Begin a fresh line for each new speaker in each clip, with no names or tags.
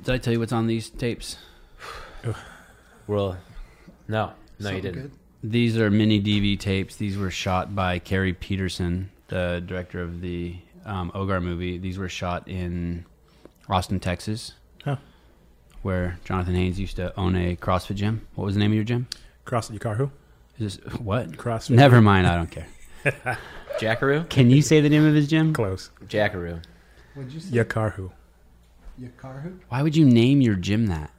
Did I tell you what's on these tapes?
Well, no, no, you didn't.
These are mini DV tapes. These were shot by Carrie Peterson, the director of the um, Ogar movie. These were shot in Austin, Texas,
Huh.
where Jonathan Haynes used to own a CrossFit gym. What was the name of your gym?
Cross your car who?
Is this, what?
CrossFit.
Never mind. I don't care.
Jackaroo,
Can you say the name of his gym?
Close.
Jackaroo.
What'd you say?
Your car who?
Your car hoop?
Why would you name your gym that?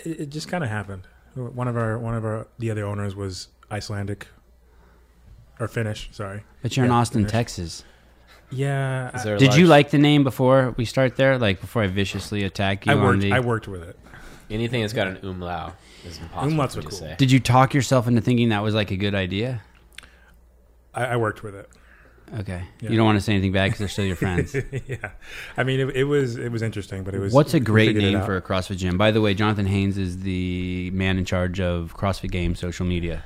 It, it just kind of happened. One of our one of our the other owners was Icelandic or Finnish. Sorry.
But you're in
Yeah,
Austin,
Finnish.
Texas.
Yeah.
Is
I-
there a
Did you
large-
like the name before we start there? Like before I viciously attack you
I
on
worked.
the.
I worked with it.
anything that's got an umlau? Is impossible
Umlauts
for me
are
to
cool.
say.
Did you talk yourself into thinking that was like a good idea?
I, I worked with it.
Okay.
Yeah.
You don't want to say anything bad because they're still your friends.
yeah. I mean, it, it was it was interesting, but it was.
What's a great
figured it
name
out.
for a CrossFit gym? By the way, Jonathan Haynes is the man in charge of CrossFit Games social media,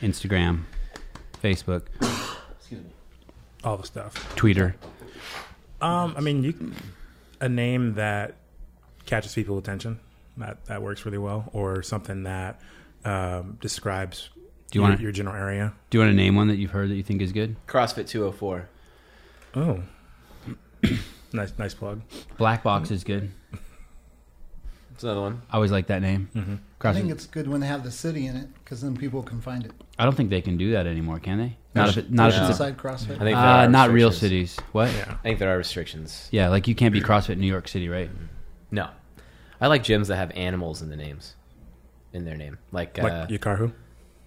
Instagram, Facebook,
all the stuff?
Twitter.
Um, I mean, you a name that catches people's attention that that works really well, or something that um, describes
Do you
your,
want to
your general area.
do you want to name one that you've heard that you think is good?
CrossFit 204.
Oh, nice nice plug.
Black Box is good.
It's another one.
I always like that name.
Mm-hmm.
I think
CrossFit.
it's good when they have the city in it because then people can find it.
I don't think they can do that anymore, can they? Not if it, not
Yeah.
if it's
Inside CrossFit.
I think
a,
there are
uh, not real
restrictions.
cities. What?
Yeah,
I think there are restrictions.
Yeah, like you can't be CrossFit New York City, right?
No, I like gyms that have animals in the names, in their name. Like, uh,
like your car who?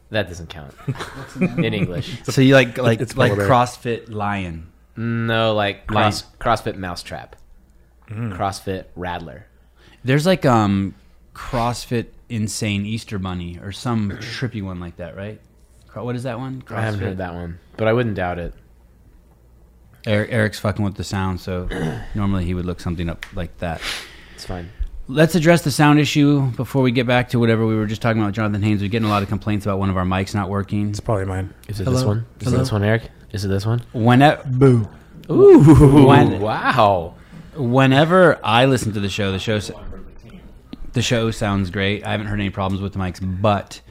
that doesn't count
That's an animal.
in English.
So you like like
It's
like
polar bear.
CrossFit Lion.
No, like
Lion.
cross, Mm. CrossFit Mousetrap, CrossFit Rattler.
There's like um CrossFit Insane Easter Bunny or some trippy one like that, right? Cro- What is that one? CrossFit.
I haven't heard that one, but I wouldn't doubt it.
Eric, Eric's fucking with the sound, so normally he would look something up like that.
It's fine.
Let's address the sound issue before we get back to whatever we were just talking about. with Jonathan Haynes, we're getting a lot of complaints about one of our mics not working.
It's probably mine.
Is it
Hello?
this one? Is
Hello?
it this one, Eric? Is it this one?
When boo.
Ooh,
When-
wow.
Whenever I listen to the show, the show s- the show sounds great. I haven't heard any problems with the mics, but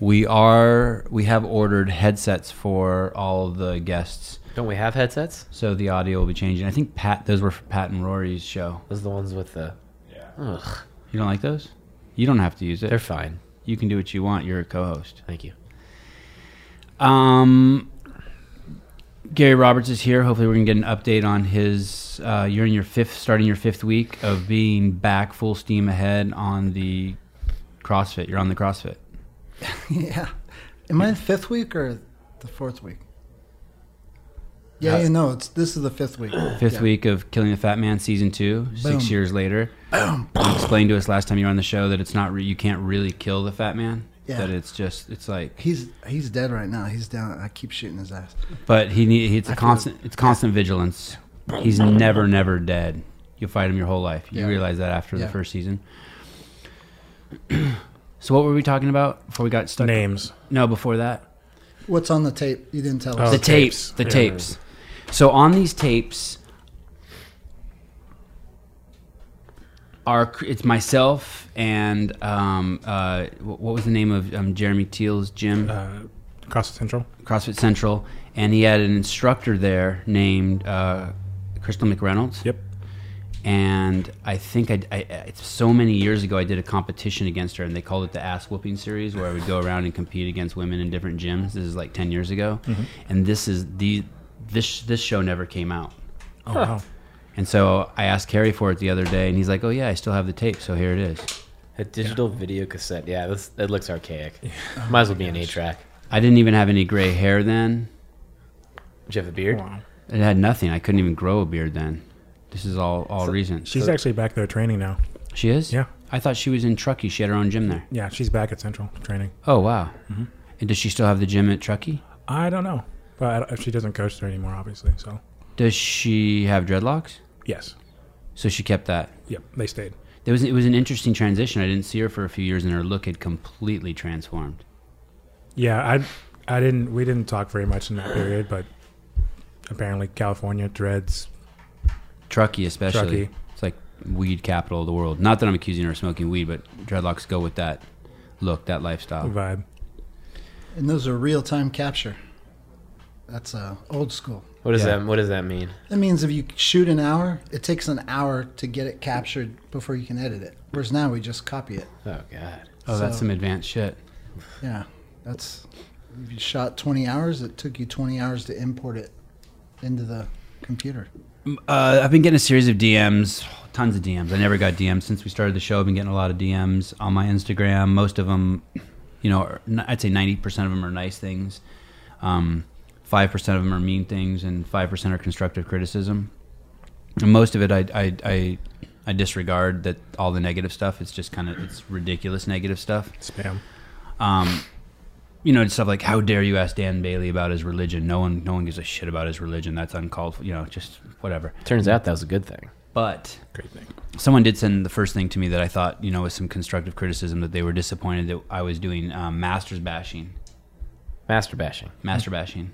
we are we have ordered headsets for all of the guests,
Don't we have headsets?
so the audio will be changing. I think Pat those were for Pat and Rory's show.
Those are the ones with the. Yeah. Ugh,
You don't like those? You don't have to use it.
they're fine.
you can do what you want. You're a co-host.
Thank you.
Um, Gary Roberts is here. Hopefully, we're gonna get an update on his. Uh, you're in your fifth, starting your fifth week of being back full steam ahead on the CrossFit. You're on the CrossFit.
yeah. Am I in fifth week or the fourth week? Yeah,
How's-
yeah, no, it's this is the fifth week.
Fifth
Yeah.
week of Killing the Fat Man season two.
Boom.
Six years later. You explained to us last time you were on the show that it's not re- you can't really kill the fat man.
Yeah.
That it's just it's like,
He's he's dead right now. He's down. I keep shooting his ass.
but he need it's a
I feel-
constant it's constant vigilance. He's never never dead. You'll fight him your whole life. You
Yeah.
realize that after
Yeah.
the first season. so what were we talking about before we got stuck?
Names.
No, before that.
What's on the tape? You didn't tell us.
Oh,
the
The
tapes,
tapes.
the
Yeah.
tapes. So on these tapes are it's myself and um, uh, wh- what was the name of um, Jeremy Teal's gym,
Uh, CrossFit Central.
CrossFit Central, and he had an instructor there named uh, Crystal McReynolds.
Yep.
And I think I, I, I- so many years ago I did a competition against her, and they called it the ass whooping series, where I would go around and compete against women in different gyms. This is like ten years ago,
Mm-hmm.
and this is the this this show never came out.
Oh wow.
And so I asked Carrie for it the other day, and he's like, "Oh yeah, I still have the tape, so here it is."
A digital video cassette. Yeah, this, that looks archaic. Might as well be an eight track.
I didn't even have any gray hair then.
Do you have a beard?
Wow.
It had nothing. I couldn't even grow a beard then. This is all all
So-
recent.
She's
So-
actually back there training now.
she is.
Yeah.
I thought she was in Truckee. She had her own gym there.
Yeah, she's back at Central training.
Oh wow. And does she still have the gym at Truckee?
I don't know, but I don't- if she doesn't coach there anymore, obviously. So
Does she have dreadlocks?
yes,
So she kept that.
yep, they stayed.
There was it was an interesting transition. I didn't see her for a few years, and her look had completely transformed.
Yeah, I, I didn't. We didn't talk very much in that period, but apparently California dreads
Truckee especially.
Truckee.
It's like weed capital of the world. Not that I'm accusing her of smoking weed, but dreadlocks go with that look, that lifestyle.
vibe.
And those are real time capture. That's uh, old school.
What does
Yeah.
that What does that mean?
That means if you shoot an hour, it takes an hour to get it captured before you can edit it. Whereas now we just copy it.
Oh God.
Oh, that's
So-
some advanced shit.
Yeah, that's if you shot 20 hours, it took you 20 hours to import it into the computer.
Uh, I've been getting a series of DMs, tons of DMs. I never got DMs since we started the show. I've been getting a lot of DMs on my Instagram. Most of them, you know, are, I'd say ninety percent of them are nice things. Um, Five percent of them are mean things, and five percent are constructive criticism. And most of it, I, I, I, I disregard that all the negative stuff. It's just kind of it's ridiculous negative stuff
Spam.
um, you know, stuff like how dare you ask Dan Bailey about his religion? No one, no one gives a shit about his religion. That's uncalled for. You know, just whatever.
Turns out that was a good thing.
But
Great thing.
someone did send the first thing to me that I thought, you know, was some constructive criticism that they were disappointed that I was doing um, masters bashing,
Master bashing.
Hmm.
master bashing.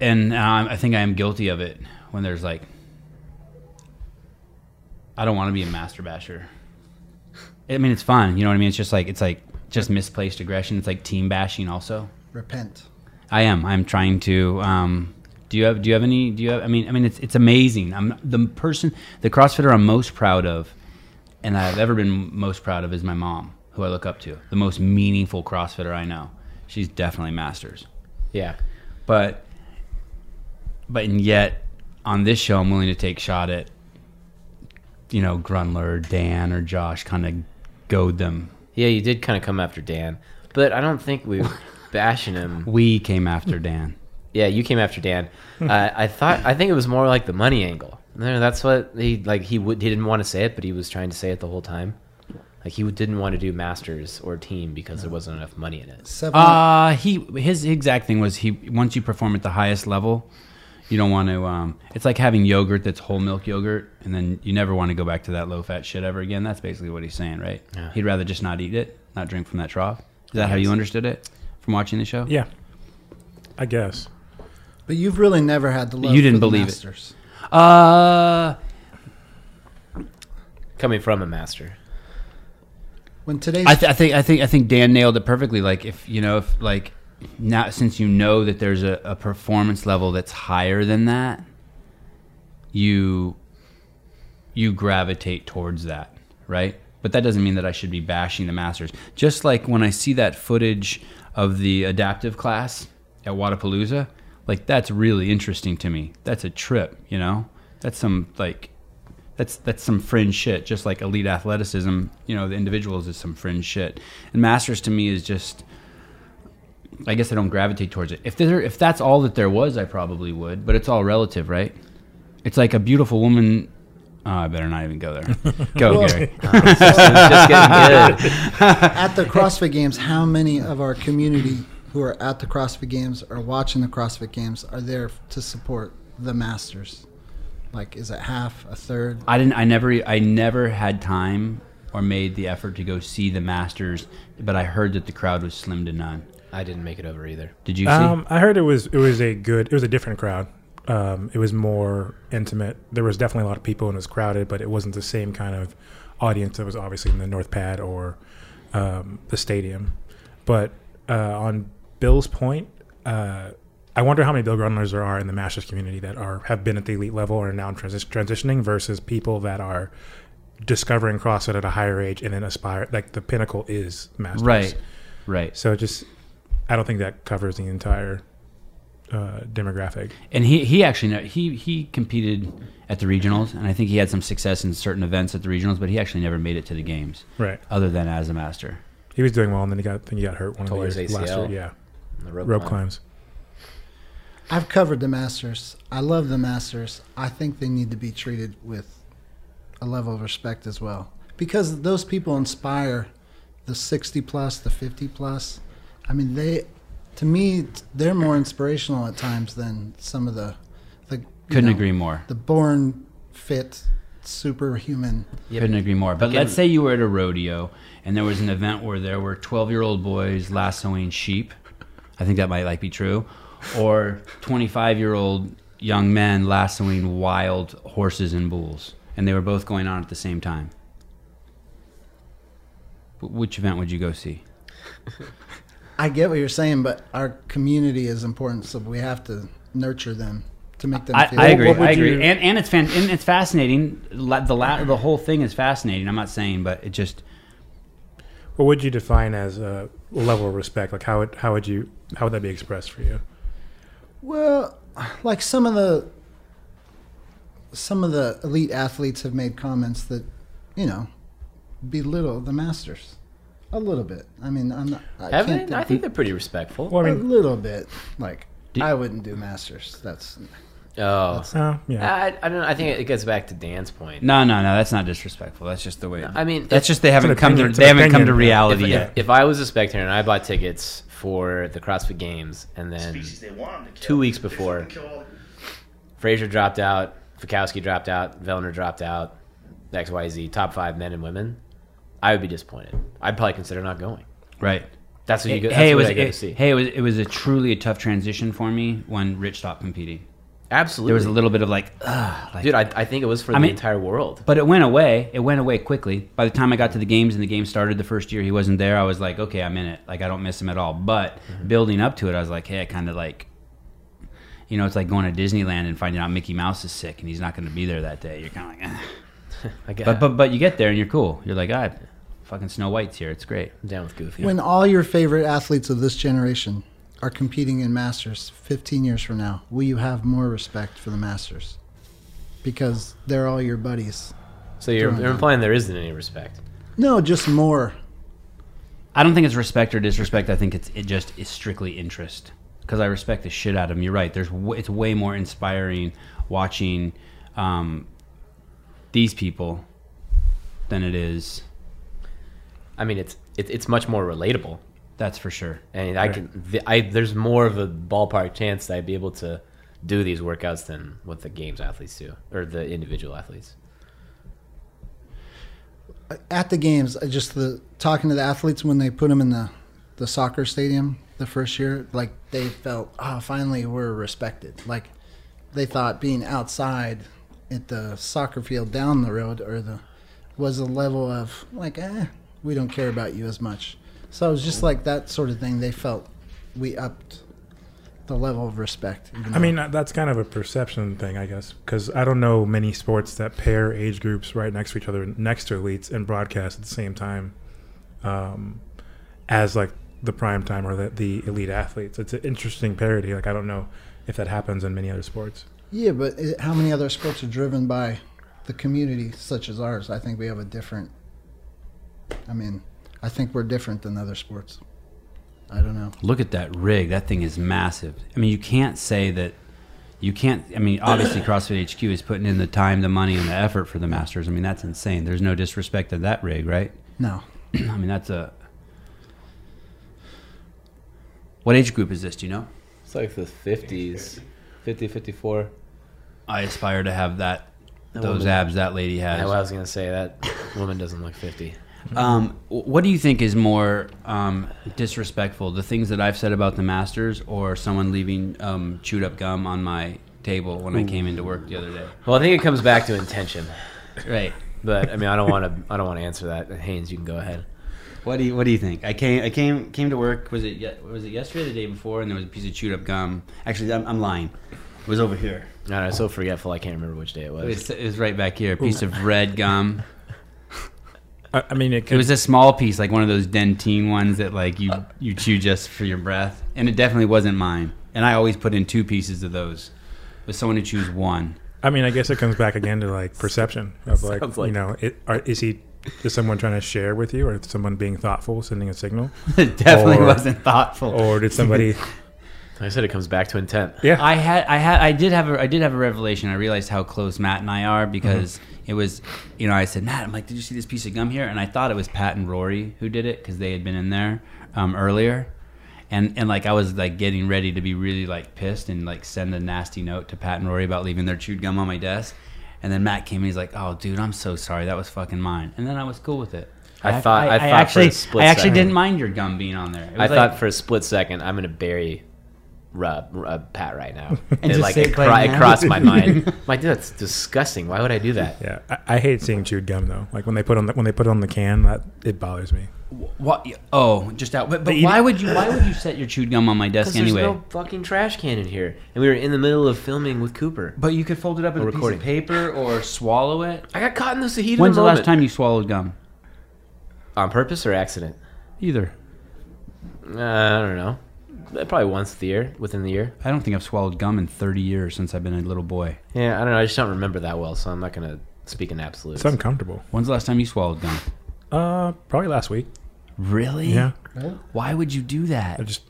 And um, I think I am guilty of it when there's like, I don't want to be a master basher. I mean, it's fun. You know what I mean? It's just like it's like just misplaced aggression. It's like team bashing. Also,
Repent.
I am. I'm trying to. Um, do you have? Do you have any? Do you have? I mean, I mean, it's it's amazing. I'm the person, the CrossFitter I'm most proud of, and I've ever been most proud of is my mom, who I look up to. The most meaningful CrossFitter I know. She's definitely masters,
Yeah.
but, but and yet, on this show, I'm willing to take shot at, you know, Grunler, Dan, or Josh, kind of goad them.
Yeah, you did kind of come after Dan, but I don't think we were bashing him.
We came after Dan.
Yeah, you came after Dan. uh, I thought I think it was more like the money angle. No, that's what he like. He would he didn't want to say it, but he was trying to say it the whole time. Like he didn't want to do masters or team because there wasn't enough money in it.
Seven.
Uh he his exact thing was he once you perform at the highest level, you don't want to. Um, it's like having yogurt that's whole milk yogurt, and then you never want to go back to that low fat shit ever again. That's basically what he's saying, right?
Yeah.
He'd rather just not eat it, not drink from that trough. Is that how you
Yes.
understood it from watching the show?
Yeah. I guess.
but you've really never had the love.
You didn't
for the
believe it.
masters.
Uh,
Coming from a master,
When today's
I, th- I think I think I think Dan nailed it perfectly. Like if you know if like now since you know that there's a, a performance level that's higher than that, you you gravitate towards that, right? But that doesn't mean that I should be bashing the masters. Just like when I see that footage of the adaptive class at Wadapalooza, like that's really interesting to me. That's a trip, you know. That's some like that's that's some fringe shit. Just like elite athleticism, you know, the individuals is some fringe shit. And masters to me is just I guess I don't gravitate towards it. If there if that's all that there was, I probably would, but it's all relative, right? It's like a beautiful woman Oh, I better not even go there. Go,
Well-
Gary.
It's just getting good.
at the CrossFit Games, how many of our community who are at the CrossFit Games or watching the CrossFit Games are there to support the masters? Like, is it half, a third?
I didn't. I never. I never had time or made the effort to go see the Masters, but I heard that the crowd was slim to none.
I didn't make it over either.
Did you see?
Um, I heard it was it was a good it was a different crowd. Um, it was more intimate. There was definitely a lot of people and it was crowded, but it wasn't the same kind of audience that was obviously in the North Pad or um, the stadium. But uh, on Bill's point, uh, I wonder how many Bill Grunlers there are in the Masters community that are have been at the elite level and are now transi- transitioning versus people that are discovering CrossFit at a higher age and then aspire like the pinnacle is Masters.
right, right.
So it just, I don't think that covers the entire uh, demographic.
And he he actually ne- he he competed at the regionals, and I think he had some success in certain events at the regionals, but he actually never made it to the games,
Right.
other than as a master.
He was doing well, and then he got, I think he got hurt one
Tore
of
his
the years last
ACL.
year. Yeah,
The rope,
rope
climb.
climbs.
I've covered the Masters. I love the Masters. I think they need to be treated with a level of respect as well because those people inspire the 60 plus, the 50 plus. I mean, they, to me, they're more inspirational at times than some of the, the you
Couldn't
know,
agree more.
The born fit superhuman.
Yeah,
Couldn't agree more. But
Again-
let's say you were at a rodeo and there was an event where there were twelve-year-old boys lassoing sheep. I think that might like be true, or twenty-five-year-old young men lassoing wild horses and bulls, and they were both going on at the same time. Wh- Which event would you go see?
I get what you're saying, but our community is important, so we have to nurture them to make them
I,
feel.
I agree.
what would
I agree.
you-
And and it's fan- and it's fascinating. La- The la- the whole thing is fascinating. I'm not saying, but it just
What would you define as a level of respect? Like how would how would you how would that be expressed for you?
Well, like some of the some of the elite athletes have made comments that, you know, belittle the masters a little bit. I mean, I'm not. I
Haven't
can't
they? I think they're pretty respectful.
Well, I
a
mean,
little bit. Like
Do-
I wouldn't do masters. That's
oh,
uh, yeah.
I, I don't. know. I think it gets back to Dan's point.
no, no, no. That's not disrespectful. That's just the way.
I mean,
that's
if-
just they haven't
an
come
opinion.
to
It's
they
an
haven't come to
opinion.
reality
if,
yet.
if, if I was a spectator and I bought tickets for the CrossFit Games and then
species they want 'em to kill.
two weeks
They fucking
before.
kill all-
Frazier dropped out, Fakowski dropped out, Vellner dropped out, XYZ, top five men and women, I would be disappointed. I'd probably consider not going.
Right.
That's what you go, that's
hey, it
what
was,
I go to
it-
see.
hey, it was it was a truly a tough transition for me when Rich stopped competing. There
Absolutely.
was a little bit of like, ugh, like
Dude, I, I think it was for
I
the
mean-
entire world.
but it went away. It went away quickly. By the time I got to the games and the game started the first year, he wasn't there. I was like, okay, I'm in it. Like I don't miss him at all. But building up to it, I was like, hey, I kind of like, you know, it's like going to Disneyland and finding out Mickey Mouse is sick and he's not going to be there that day. You're kind of like, "Ugh."
I get
but but but you get there and you're cool. You're like, I, fucking Snow White's here. It's great.
I'm down with Goofy.
when all your favorite athletes of this generation are competing in masters 15 years from now. Will you have more respect for the masters? Because they're all your buddies.
so you're, you're implying there isn't any respect.
No, just more.
I don't think it's respect or disrespect. I think it's it just is strictly interest because I respect the shit out of him. You're right. There's w- it's way more inspiring watching um, these people than it is.
I mean, it's it, it's much more relatable.
That's for sure.
And I can, th- I there's more of a ballpark chance that I'd be able to do these workouts than what the games athletes do or the individual athletes.
at the games, I just the talking to the athletes when they put them in the the soccer stadium the first year, like they felt, oh, finally we're respected. Like they thought being outside at the soccer field down the road or the was a level of like, eh, we don't care about you as much. So it was just like that sort of thing. They felt we upped the level of respect. even
I mean, uh, that's kind of a perception thing, I guess, because I don't know many sports that pair age groups right next to each other, next to elites, and broadcast at the same time, um, as like the prime time or the, the elite athletes. It's an interesting parody. Like I don't know if that happens in many other sports.
Yeah, but i how many other sports are driven by the community such as ours? I think we have a different. I mean, I think we're different than other sports. I don't know.
Look at that rig. That thing is massive. I mean, you can't say that. You can't. I mean, obviously, CrossFit HQ is putting in the time, the money, and the effort for the Masters. I mean, that's insane. There's no disrespect to that rig, right?
No,
I mean, that's a. What age group is this? Do you know?
It's like the 50s, 50, 54.
I aspire to have that,
That
those
woman.
abs that lady
I
has.
was gonna say that woman doesn't look fifty.
Um, wh- what do you think is more um, disrespectful, the things that I've said about the Masters, or someone leaving um, chewed up gum on my table when I came into work the other day?
Well, I think it comes back to intention,
Right.
but I mean, I don't want to. I don't want to answer that. Haynes, you can go ahead.
What do you What do you think? I came I came came to work. Was it ye- was it yesterday or the day before? And there was a piece of chewed up gum. Actually, I'm, I'm lying. It was over here.
No, no, so forgetful. I can't remember which day it
It was,
was.
it was right back here. A piece of red gum.
I, I mean, it
It
could.
was a small piece, like one of those dentine ones that like you you chew just for your breath, and it definitely wasn't mine. And I always put in two pieces of those. But someone who chews one,
I mean, I guess it comes back again to like perception of like,
Sounds like-
you know, it, are, is he is someone trying to share with you, or is someone being thoughtful, sending a signal,
it definitely
Or-
wasn't thoughtful.
or did somebody?
Like I said, it comes back to intent.
Yeah,
I had I had I did have a I did have a revelation. I realized how close Matt and I are because
Mm-hmm.
it was you know I said Matt I'm like did you see this piece of gum here and I thought it was Pat and Rory who did it because they had been in there um, earlier. And, and like I was like getting ready to be really like pissed and like send a nasty note to Pat and Rory about leaving their chewed gum on my desk, and then Matt came and he's like, "Oh, dude, I'm so sorry. That was fucking mine." And then I was cool with it.
I thought- I thought for a
actually
split
I actually
second.
didn't mind your gum being on there. It
I
was like-
thought for a split second, I'm gonna bury rub, rub Pat right now.
And
it,
just
like
say
it,
it right
cro- it
now?
crossed my mind. I'm like, dude, that's disgusting. Why would I do that?
Yeah, I, I hate seeing chewed gum though. Like when they put on the, when they put it on the can, that it bothers me.
What? Oh, just out. But, but
you-
why would you? Why would you set your chewed gum on my desk
Because
anyway?
there's no fucking trash can in here, and we were in the middle of filming with Cooper.
But you could fold it up in
We're
a piece
recording.
of paper or swallow it.
I got caught in the heat
When's
of
the
the
last
moment.
time you swallowed gum?
on purpose or accident?
Either.
Uh, I don't know. Uh, Probably once the year, within the year.
I don't think I've swallowed gum in 30 years since I've been a little boy.
Yeah, I don't know. I just don't remember that well, so I'm not gonna speak in absolutes.
It's uncomfortable.
When's the last time you swallowed gum?
Uh, probably last week.
Really?
Yeah,
Really?
Why would you do
I
that?
just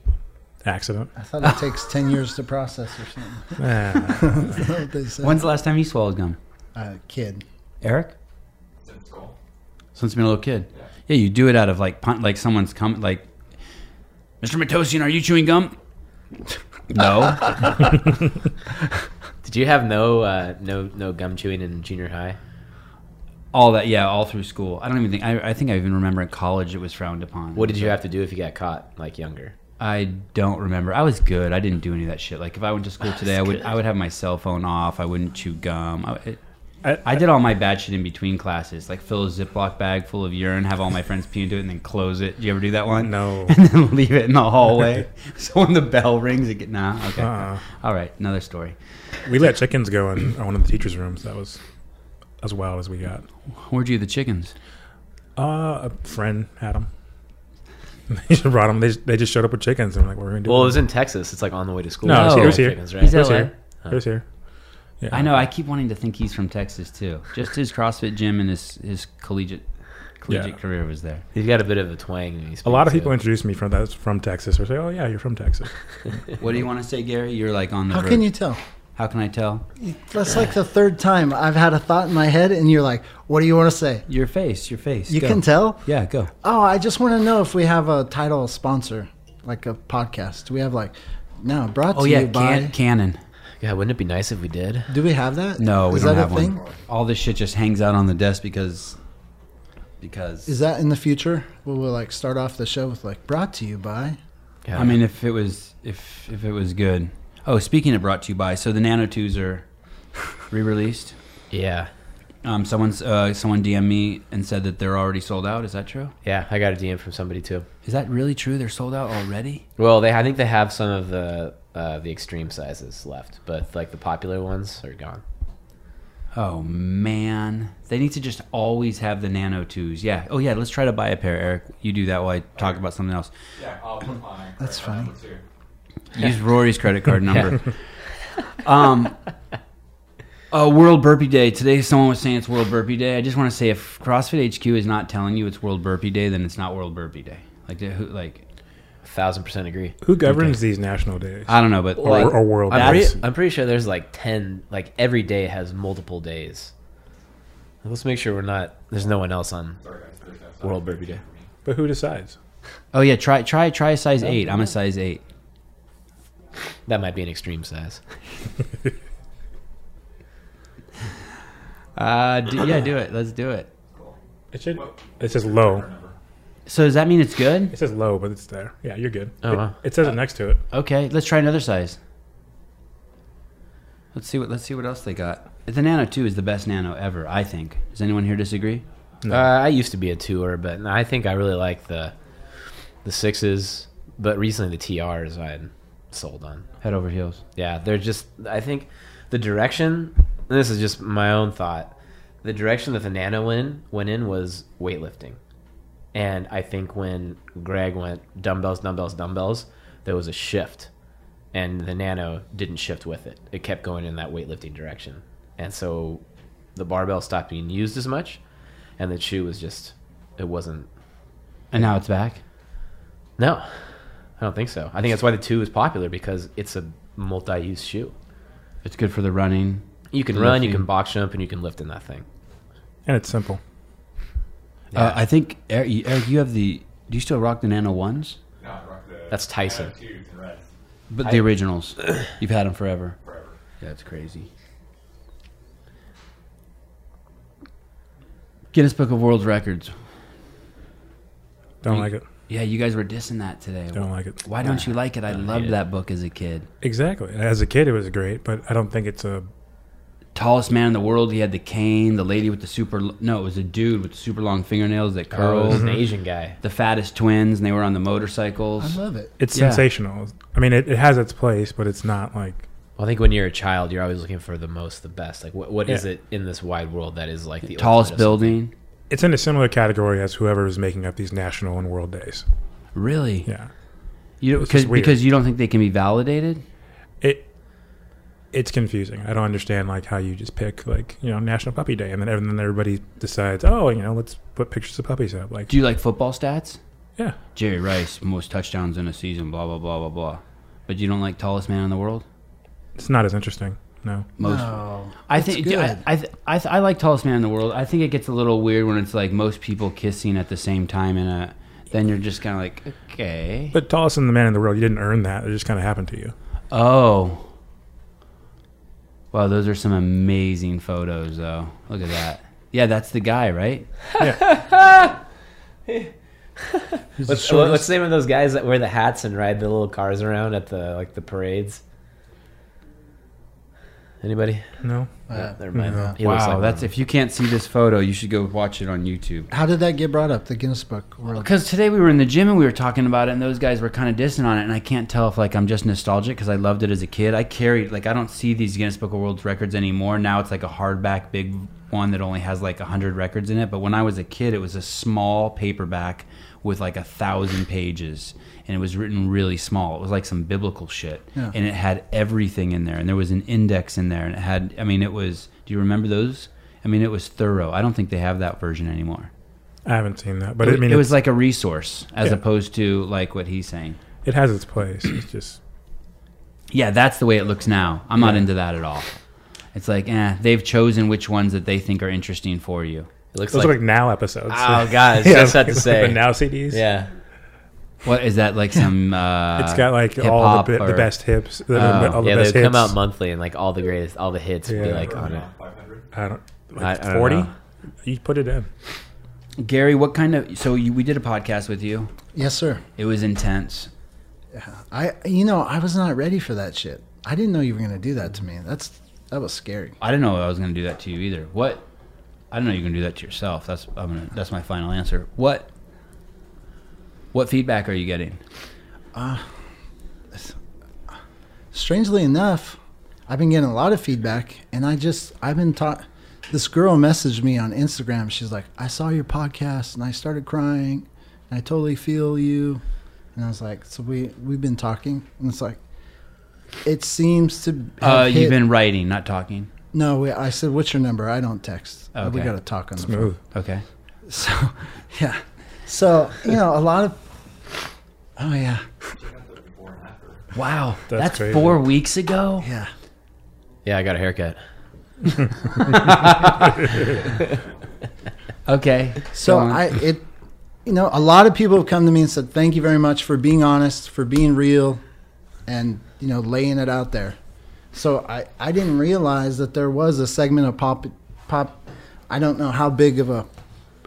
accident.
I thought it takes 10 years to process or something.
Ah,
Is that what they said?
When's the last time you swallowed gum?
uh, kid.
Eric? Since been a little kid. Yeah. you do it out of like pun- like someone's coming like Mr. Matosian, are you chewing gum? no.
Did you have no uh, no no gum chewing in junior high?
All that yeah, all through school. I don't even think I, I think I even remember in college it was frowned upon.
What did you have to do if you got caught like younger?
I don't remember. I was good. I didn't do any of that shit. Like if I went to school today, I would I would have my cell phone off. I wouldn't chew gum. I, it,
I-
I, did all my bad shit in between classes, like fill a Ziploc bag full of urine, have all my friends pee into it, and then close it. Do you ever do that one?
No.
And then leave it in the hallway. so when the bell rings, it get nah. Okay.
Uh-uh.
All right. Another story.
we let chickens go in one of the teachers' rooms. That was as wild as we got.
Where'd you get the chickens?
Uh, a friend had them. They just brought them. They just, they just showed up with chickens. and I'm like, what are we gonna do?
Well, it
with
was in Texas. It's like on the way to school.
No,
it was here, it was
Chickens,
here.
right?
He's
them?" It was
LA.
here. It was here. Yeah.
I know. I keep wanting to think he's from Texas too. Just his CrossFit gym and his his collegiate collegiate
Yeah.
career was there.
He's got a bit of a twang. When he
A lot of
speaks,
people
too.
introduce me from that's from Texas or say, "Oh yeah, you're from Texas."
What do you want to say, Gary? You're like on the.
How
verge.
can you tell?
How can I tell?
That's like the third time I've had a thought in my head, and you're like, what do you want to say?
Your face, your face.
You
Go.
can tell?
Yeah, go.
Oh, I just want to know if we have a title sponsor, like a podcast. Do we have like, no, brought to
Oh yeah,
you by.
can- Canon.
Yeah, wouldn't it be nice if we did?
do we have that?
No, we
Is
don't
that
have
a thing?
one. All this shit just hangs out on the desk because because
Is that in the future? Will we like start off the show with like brought to you by?
Yeah.
I mean, if it was if if it was good. Oh, speaking of brought to you by, so the Nano Twos are re-released.
yeah,
Um, someone's uh, someone DM me and said that they're already sold out. Is that true?
yeah. I got a DM from somebody too.
Is that really true? They're sold out already?
Well, they I think they have some of the uh, the extreme sizes left, but like the popular ones are gone.
Oh man, they need to just always have the Nano Twos. Yeah. Oh yeah, let's try to buy a pair, Eric. You do that while I talk about something else.
Yeah, I'll put mine.
That's funny.
Use Rory's credit card number. um, uh, World Burpee Day. Today, someone was saying it's World Burpee Day. I just want to say if CrossFit HQ is not telling you it's World Burpee Day, then it's not World Burpee Day. Like, they- who- like
A thousand percent agree.
Who governs these national days?
I don't know, but
or,
like,
or world
I'm,
days?
pretty, I'm pretty sure there's like ten. Like every day has multiple days. Let's make sure we're not. There's no one else on World Burpee Day.
But who decides?
oh yeah, try try try a size eight. I'm a size eight.
That might be an extreme size.
Uh, do, yeah, do it. Let's do it.
It should. It says low.
So does that mean it's good?
It says low, but it's there. Yeah, you're good.
Oh,
it,
wow.
it says it next to it.
Okay, let's try another size. Let's see what let's see what else they got. The Nano Two is the best Nano ever, I think. Does anyone here disagree?
Uh, I used to be a tour, but I think I really like the the sixes. But recently, the TRs I'm sold on.
Head over heels.
Yeah, they're just. I think the direction. And this is just my own thought. The direction that the Nano went went in was weightlifting, and I think when Greg went dumbbells, dumbbells, dumbbells, there was a shift, and the Nano didn't shift with it. It kept going in that weightlifting direction, and so the barbell stopped being used as much, and the shoe was just. It wasn't.
And now it's back.
No, I don't think so. I think that's why the two is popular because it's a multi-use shoe.
It's good for the running.
You can run, you
Lifting.
can box jump, and you can lift in that thing.
And it's simple.
Uh, I think Eric, you- Eric, you have the. Do you still rock the Nano ones?
No, I rock the.
That's Tyson.
I have two in red
But the originals, you've had them forever.
forever.
Yeah, it's crazy. Guinness Book of World Records.
Don't like it.
Yeah, you guys were dissing that today.
Don't like it.
Why don't you like it? I
Don't hate
loved
it.
that book as a kid.
Exactly. And As a kid, it was great, but I don't think it's a.
Tallest man in the world. He had the cane. The lady with the super. No, it was a dude with super long fingernails that
Oh, it was
curled.
an Asian guy.
The fattest twins, and they were on the
I
motorcycles.
love it.
It's
Yeah.
sensational. I mean, it, it has its place, but it's not like
Well, I think when you're a child, you're always looking for the most, the best. Like, what, what is
Yeah.
it in this wide world that is like the
Tallest
ultimate of
building.
it's in a similar category as whoever is making up these national and world days.
Really?
Yeah.
You
It's
because
just weird.
because you don't think they can be validated.
It. It's confusing. I don't understand like how you just pick like you know National Puppy Day and then and then everybody decides oh you know let's put pictures of puppies up like
Do you like football stats?
yeah
Jerry Rice, most touchdowns in a season, blah blah blah blah blah. But you don't like tallest man in the world?
it's not as interesting no
Most.
No.
I
It's
think
good.
I I, th- I, th- I like tallest man in the world. I think it gets a little weird when it's like most people kissing at the same time in a. Then you're just kind of like, okay.
but tallest in the man in the world you didn't earn that it just kind of happened to you
Oh. Wow, those are some amazing photos, though. Look at that. Yeah, that's the guy, right?
Who's the
uh,
What's, what-
shortest?
what's the name of those guys that wear the hats and ride the little cars around at the like the parades? Anybody?
no
Uh,
never mind.
no.
He looks
wow,
like
that's
one.
if you can't see this photo, you should go watch it on YouTube.
How did that get brought up? The Guinness Book World.
Because today we were in the gym and we were talking about it, and those guys were kind of dissing on it, and I can't tell if like I'm just nostalgic because I loved it as a kid. I carried like I don't see these Guinness Book of World Records anymore. Now it's like a hardback big one that only has like hundred records in it. But when I was a kid, it was a small paperback with like a thousand pages, and it was written really small. It was like some biblical shit,
Yeah.
and it had everything in there, and there was an index in there, and it had. I mean, it was. Do you remember those? I mean, it was thorough. I don't think they have that version anymore
I haven't seen that but
it,
I mean
it was
it's-
like a resource as
Yeah.
opposed to like what he's saying.
it has its place it's just
Yeah, that's the way it looks now. I'm not into that at all. It's like, eh, they've chosen which ones that they think are interesting for you.
it looks
Those
like,
are like now episodes.
Oh, God, I was just about to say.
The now CDs.
yeah.
What is that like? Some uh,
it's got like all
hip-hop
the, bi-
or-
the best hips. The,
Oh.
all the
Yeah, they
best
would
hits.
come out monthly and like all the greatest, all the hits would be
Yeah.
like on it.
Five hundred.
I don't
I- I
like
don't
forty.
know.
You put it in.
Gary. What kind of? So you, we did a podcast with you.
Yes, sir.
It was intense.
I you know I was not ready for that shit. I didn't know you were gonna do that to me. That's that was scary.
I didn't know I was going to do that to you either. What? I didn't know you were going to do that to yourself. That's I'm gonna, that's my final answer. What? What feedback are you getting?
Strangely enough, I've been getting a lot of feedback, and I just I've been taught. This girl messaged me on Instagram. She's like, "I saw your podcast, and I started crying, and I totally feel you." And I was like, "So we we've been talking," and it's like, it seems to. have
Uh,
hit-
you've been writing, not talking.
no. We, I said, "What's your number?" I don't text. Uh, We
Okay.
got to talk on the phone.
Smooth.
Okay.
So, yeah. So, you know, a lot of. Oh, yeah.
Wow,
That's
that's,
crazy.
four weeks ago.
Yeah.
Yeah, I got a haircut.
Okay,
So,
go on.
I, it, you know, a lot of people have come to me and said, thank you very much for being honest, for being real, and, you know, laying it out there. So, I, I didn't realize that there was a segment of pop, pop, I don't know how big of a,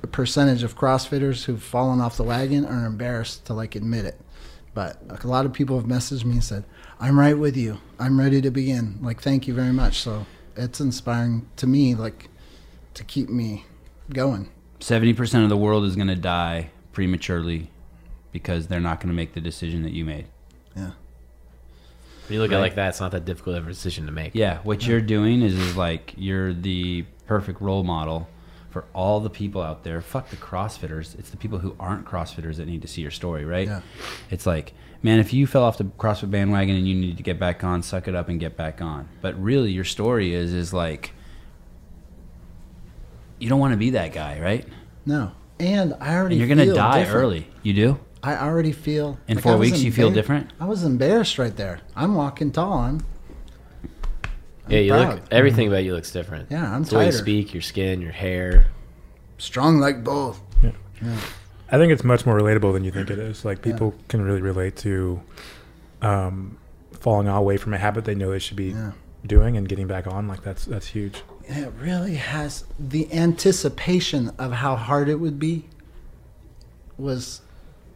a percentage of CrossFitters who've fallen off the wagon are embarrassed to like admit it. But a lot of people have messaged me and said, "I'm right with you. I'm ready to begin. Like, thank you very much." So it's inspiring to me, like, to keep me going.
seventy percent of the world is going to die prematurely because they're not going to make the decision that you made.
Yeah.
If you look at it like that, it's not that difficult of a decision to make.
Yeah, what you're doing is, is like you're the perfect role model for all the people out there. Fuck the CrossFitters. It's the people who aren't CrossFitters that need to see your story, right?
Yeah.
It's like, man, if you fell off the CrossFit bandwagon and you need to get back on, suck it up and get back on. But really, your story is is like. You don't want to be that guy, right?
No. And I already
And you're gonna
feel
die
different.
early. You do?
I already feel
In
I
four
was
weeks, you feel
embar-
different?
I was embarrassed right there. I'm walking tall. I'm
yeah. You
proud.
look everything about you looks different.
Yeah, I'm
It's the way you
tighter.
speak, your skin, your hair.
strong like bull.
I think it's much more relatable than you think it is. Like people can really relate to um, falling away from a habit they know they should be
Yeah.
doing and getting back on. Like that's that's huge.
And it really has the anticipation of how hard it would be was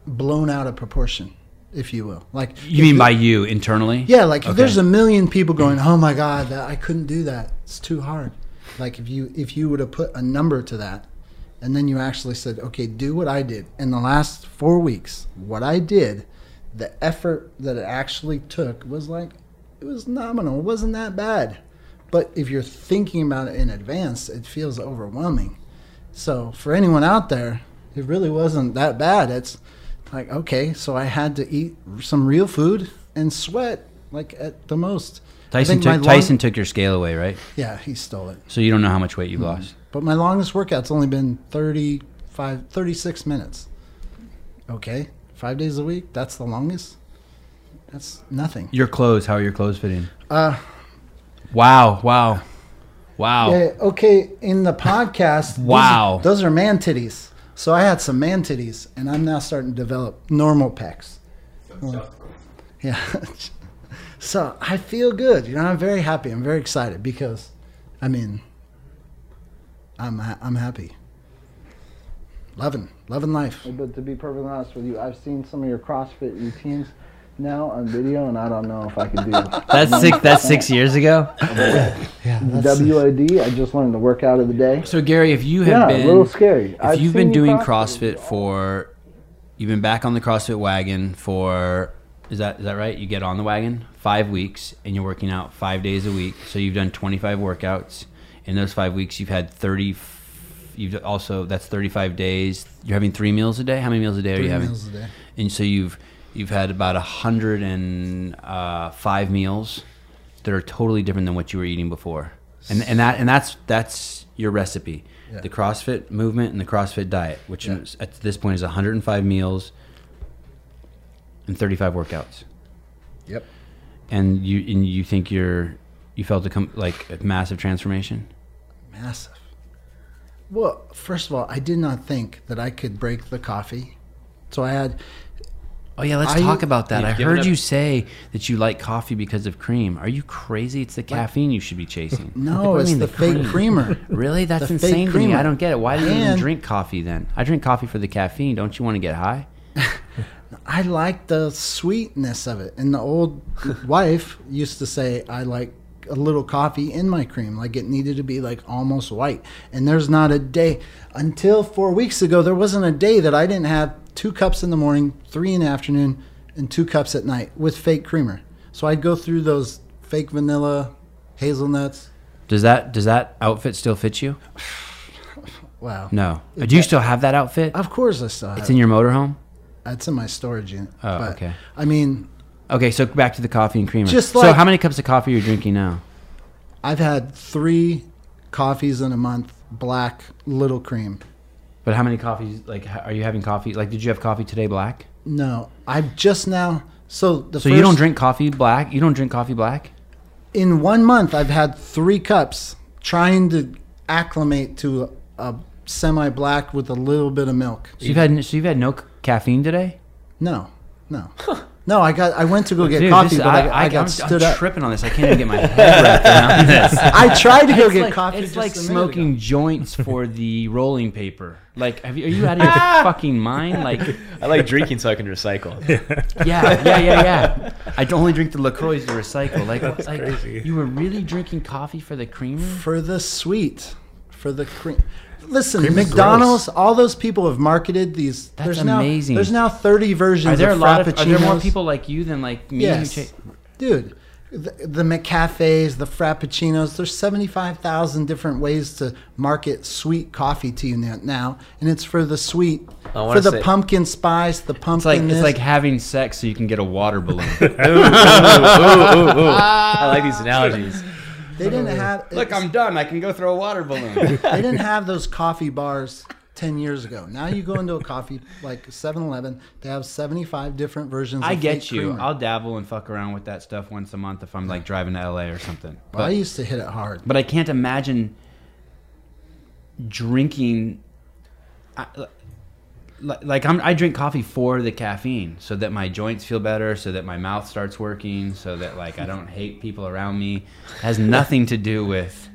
blown out of proportion, if you will. Like
You mean by you internally?
yeah, like if
Okay.
there's a million people going, "Oh my God, that, I couldn't do that. It's too hard." Like if you if you would have put a number to that, and then you actually said, "Okay, do what I did in the last four weeks. What I did, the effort that it actually took was like, it was nominal. It wasn't that bad." But if you're thinking about it in advance, it feels overwhelming. So for anyone out there, it really wasn't that bad. It's like okay, so I had to eat some real food and sweat like at the most. I
Tyson
think my
took
long-
Tyson took your scale away, right?
Yeah, he stole it.
So you don't know how much weight you've
Mm-hmm.
lost.
But my longest workout's only been 35, 36 minutes. Okay, five days a week. That's the longest. That's nothing.
Your clothes, how are your clothes fitting?
Uh,
Wow, wow. Wow.
yeah, okay, in the podcast, these-
Wow.
those are man titties. So I had some man titties, and I'm now starting to develop normal pecs.
Some stuff.
Yeah. so I feel good. You know, I'm very happy. I'm very excited because, I mean, I'm ha- I'm happy. Loving, loving life. But to be perfectly honest with you, I've seen some of your CrossFit routines now on video, and I don't know if I can do.
That's six. That's six years ago.
WOD. I just learned the workout of the day.
So Gary, if you have
Yeah, a
been
little scary.
if
I've
you've been
seen you
doing
CrossFit.
CrossFit, for you've been back on the CrossFit wagon for is that is that right? You get on the wagon 5 weeks and you're working out 5 days a week. So you've done 25 workouts. In those 5 weeks you've had 30 you've also that's 35 days. You're having 3 meals a day. How many meals a day are you
Three
having?
meals a day.
And so you've you've had about 105 uh, meals that are totally different than what you were eating before. And and that and that's that's your recipe.
Yeah.
The CrossFit movement and the CrossFit diet, which
Yeah.
is, at this point is 105 meals and 35 workouts.
Yep.
And you and you think you're you felt a com- like a massive transformation?
Massive. Well, first of all, I did not think that I could break the coffee, so I had.
Oh yeah, let's
I-
talk about that.
You've
I
given
heard
up-
you say that you like coffee because of cream. Are you crazy? It's the caffeine you should be chasing. What do
No,
you
it's
mean,
the, fake creamer.
Really? That's
fake
insane to me.
creamer.
I don't get it. Why do you even
And-
drink coffee then? I drink coffee for the caffeine. Don't you want to get high?
I like the sweetness of it. And the old wife used to say, I like a little coffee in my cream. Like it needed to be like almost white. And there's not a day, until four weeks ago, there wasn't a day that I didn't have two cups in the morning, three in the afternoon, and two cups at night with fake creamer. So I'd go through those fake vanilla, hazelnuts.
Does that does that outfit still fit you?
Wow.
No. Do you still have that outfit?
Of course, I still have
It's in your motorhome.
That's in my storage unit.
Oh, okay.
I mean,
Okay, so back to the coffee and creamer.
Just
so,
like-
how many cups of coffee are you drinking now?
I've had three coffees in a month, black, little cream.
But how many coffees? Like, h- are you having coffee? Like, did you have coffee today, black?
No, I've just now. So the
So
first,
you don't drink coffee black. You don't drink coffee black.
in one month. I've had three cups trying to acclimate to a, semi-black with a little bit of milk.
So you've had so you've had no c- caffeine today.
No, no, no. I got. I went to go get
Dude,
coffee,
this-
but I, I, got
I'm,
stood
I'm
up.
tripping on this. I can't even get my head wrapped around this.
I tried to go
It's
get
like,
coffee.
It's like
just a minute ago.
smoking joints for the rolling paper. Like, have you, are you out of your
Ah!
fucking mind? Like,
I like drinking so I can recycle.
yeah, yeah, yeah, yeah. I only drink the Lacroix to recycle. Like, what- like
crazy.
you were really drinking coffee for the creamer?
for the sweet, for the cream. Listen,
Cream is
McDonald's. All those people have marketed these.
That's
there's now-
amazing.
there's now 30 versions.
Are there a
of
lot of? Are there more
Frappuccinos.
people like you than like me? who
Yes,
cha-
dude. The, the McCafes, the Frappuccinos. There's 75,000 different ways to market sweet coffee to you now, now and it's for the sweet,
I wanna
for the
say-
pumpkin spice, the
It's like
pumpkin.
it's
this.
like having sex so you can get a water balloon.
I like these analogies.
they didn't have.
Look, I'm done. I can go throw a water balloon.
they didn't have those coffee bars 10 years ago. Now you go into a coffee like 7-Eleven, they have 75 different versions
I
of
get
fake
you.
creamer.
I'll dabble and fuck around with that stuff once a month if I'm like driving to LA or something.
Well, I used to hit it hard.
but I can't imagine drinking. I, li- like I'm, I drink coffee for the caffeine, so that my joints feel better, so that my mouth starts working, so that like I don't hate people around me. It has nothing to do with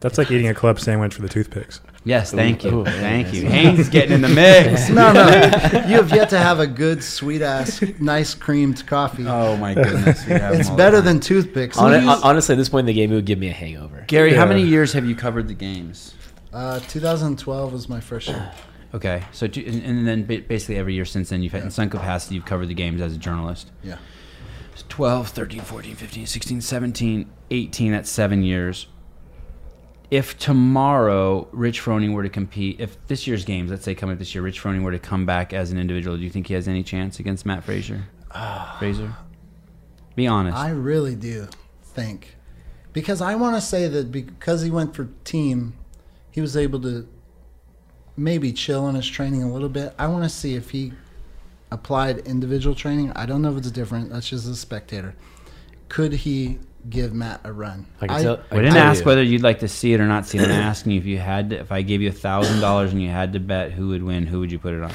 That's like eating a club sandwich for the toothpicks.
Yes, thank you,
ooh,
thank
yeah,
you.
nice.
Haynes getting in the mix.
No, no. you have yet to have a good, sweet ass, nice creamed coffee.
Oh my goodness, we have
it's
them all
better
the time.
than toothpicks.
Hon- honestly, at this point in the game, it would give me a hangover.
Gary. How
Yeah.
many years have you covered the games?
Uh, 2012 was my first year.
Okay, so do, and, and then ba- basically every year since then, you've had, in some capacity you've covered the games as a journalist.
Yeah.
12, 13, 14, 15, 16, 17, 18, that's seven years. If tomorrow Rich Froning were to compete, if this year's games, let's say coming up this year, Rich Froning were to come back as an individual, do you think he has any chance against Matt Frazier? Fraser? Be honest.
I really do think because I want to say that because he went for team, he was able to maybe chill on his training a little bit. I want to see if he applied individual training. I don't know if it's different. That's just a spectator. Could he give Matt a run?
I can tell-
we didn't
I-
ask whether you'd like to see it or not see it. I'm asking you if you had to, if I gave you a thousand dollars and you had to bet who would win, who would you put it on?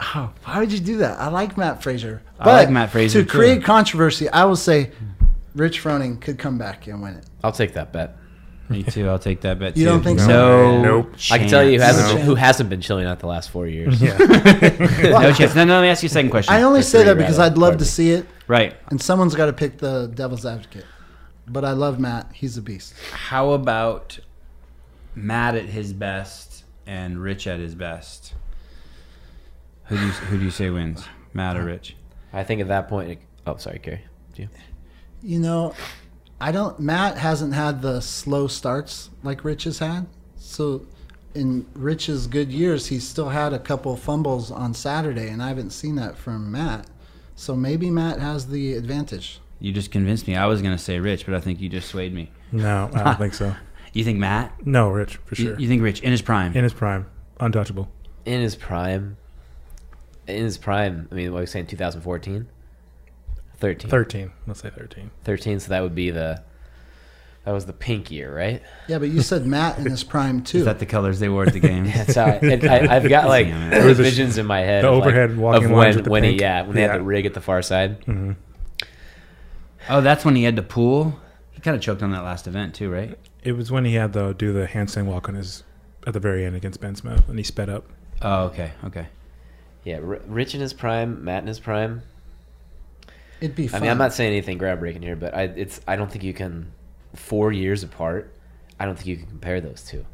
Oh, why would you do that? I like Matt Frazier.
I like Matt Frazier,
To create
too.
controversy, I will say Rich Froning could come back and win it.
I'll take that bet.
Me too. I'll take that bet.
You
too.
don't think so?
No.
Nope.
I can tell you who
chance.
hasn't,
No.
who hasn't been chilling out the last four years.
no chance. No, no. Let me ask you a second question.
I only
Or
say
three,
that because
rather.
I'd love
Pardon
to
me.
see it,
right.
and someone's got to pick the devil's advocate. But I love Matt. He's a beast.
How about Matt at his best and Rich at his best? Who do you, who do you say wins, Matt or Rich?
I think at that point, it, oh, sorry, Gary. Do you?
You know, I don't. Matt hasn't had the slow starts like Rich has had. So, in Rich's good years, he's still had a couple fumbles on Saturday, and I haven't seen that from Matt. So maybe Matt has the advantage.
You just convinced me. I was going to say Rich, but I think you just swayed me.
No, I don't think so.
You think Matt?
No, Rich, for
You-
sure.
You, think Rich in his prime?
In his prime, untouchable.
In his prime, in his prime, I mean, what were we saying, 2014? 13.
13. Let's say 13.
13, so that would be the, that was the pink year, right?
Yeah, but you said Matt in his prime too.
Is that the colors they wore at the games?
That's how I, and I, I've got like
Damn it.
the
was the sh-
visions in my head.
the
of, like,
overhead walking
of
lines
when,
with the
when
pink.
He, yeah, when they
Yeah. Mm.
had the rig at the far side.
Oh, that's when he had to pool. He kind of choked on that last event too, right?
It was when he had the do the handstand walk on his at the very end against Ben Smith, and he sped up.
Oh, okay, okay.
Yeah, R- Rich in his prime, Matt in his prime.
It'd be
I
fun.
mean, I'm not saying anything groundbreaking here, but I, it's I don't think you can four years apart. I don't think you can compare those two.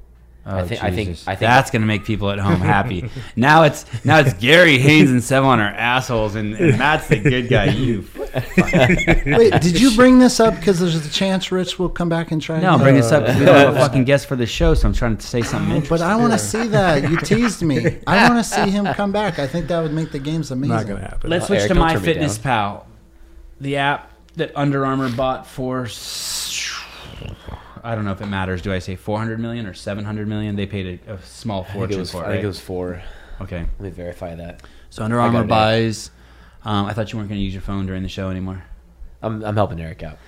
Oh,
I think- I think-
Jesus.
I think-
that's going to make people at home happy. now it's now it's Gary Haynes and Sevon are assholes, and, and Matt's the good guy. You
Wait, did you bring this up because there's a chance Rich will come back and try?
no, I'm
again?
bringing this up because we don't have a fucking guest for the show, so I'm trying to say something.
Oh,
interesting.
but I want to see that. You teased me. I want to see him come back. I think that would make the games amazing.
Not going to happen.
Let's
Uh,
switch
Eric,
to
don't turn me
MyFitnessPal, the app that Under Armour bought for. s- I don't know if it matters. Do I say 400 million or 700 million? They paid a, a small
I think, it
fortune
was,
for it.
I think it
right?
was four.
okay.
Let me verify that.
So Under
I got
Armour
it.
buys. Um, I thought you weren't going to use your phone during the show anymore.
I'm I'm helping Eric out.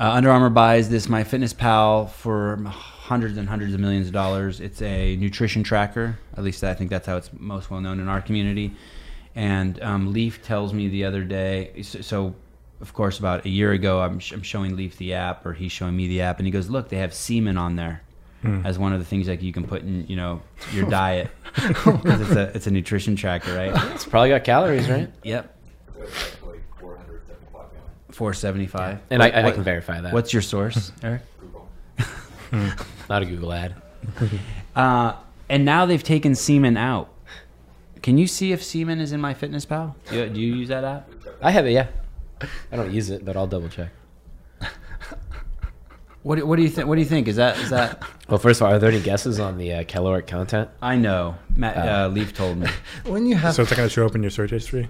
Uh, Under Armour buys this MyFitnessPal for hundreds and hundreds of millions of dollars. It's a nutrition tracker. At least I think that's how it's most well known in our community. And um, Leaf tells me the other day. So, so of course, about a year ago, I'm, sh- I'm showing Leaf the app, or he's showing me the app, and he goes, "Look, they have semen on there."
Hmm.
As one of the things like you can put in, you know, your diet. 'Cause it's a it's a nutrition tracker, right?
It's probably got calories, right?
Yep,
That's like 475 million.
four seventy five.
And I, and I can verify that.
What's your source, Eric?
Google.
not a Google ad?
Uh, and now they've taken semen out. Can you see if semen is in my fitness pal? Do you, do you use that app?
I have it. Yeah, I don't use it, but I'll double check.
What, do- what do you think? What do you think? Is that is that?
Well, first of all, are there any guesses on the uh, caloric content?
I know. Matt uh, Leaf told me.
When you have
So it's not going to show up in your search history.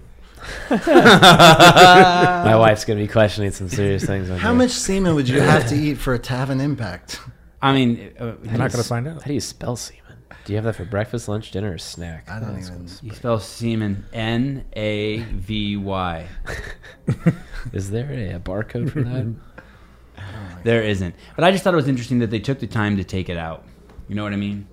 My wife's gonna be questioning some serious things. On
how
here.
much semen would you have to eat for it to have an impact?
I mean, uh,
You're not going to find out.
How do you spell semen? Do you have that for breakfast, lunch, dinner, or snack?
I don't
That's
even.
you spell semen N A V Y.
cool. Is there a, a barcode for that?
There isn't. But I just thought it was interesting that they took the time to take it out. You know what I mean?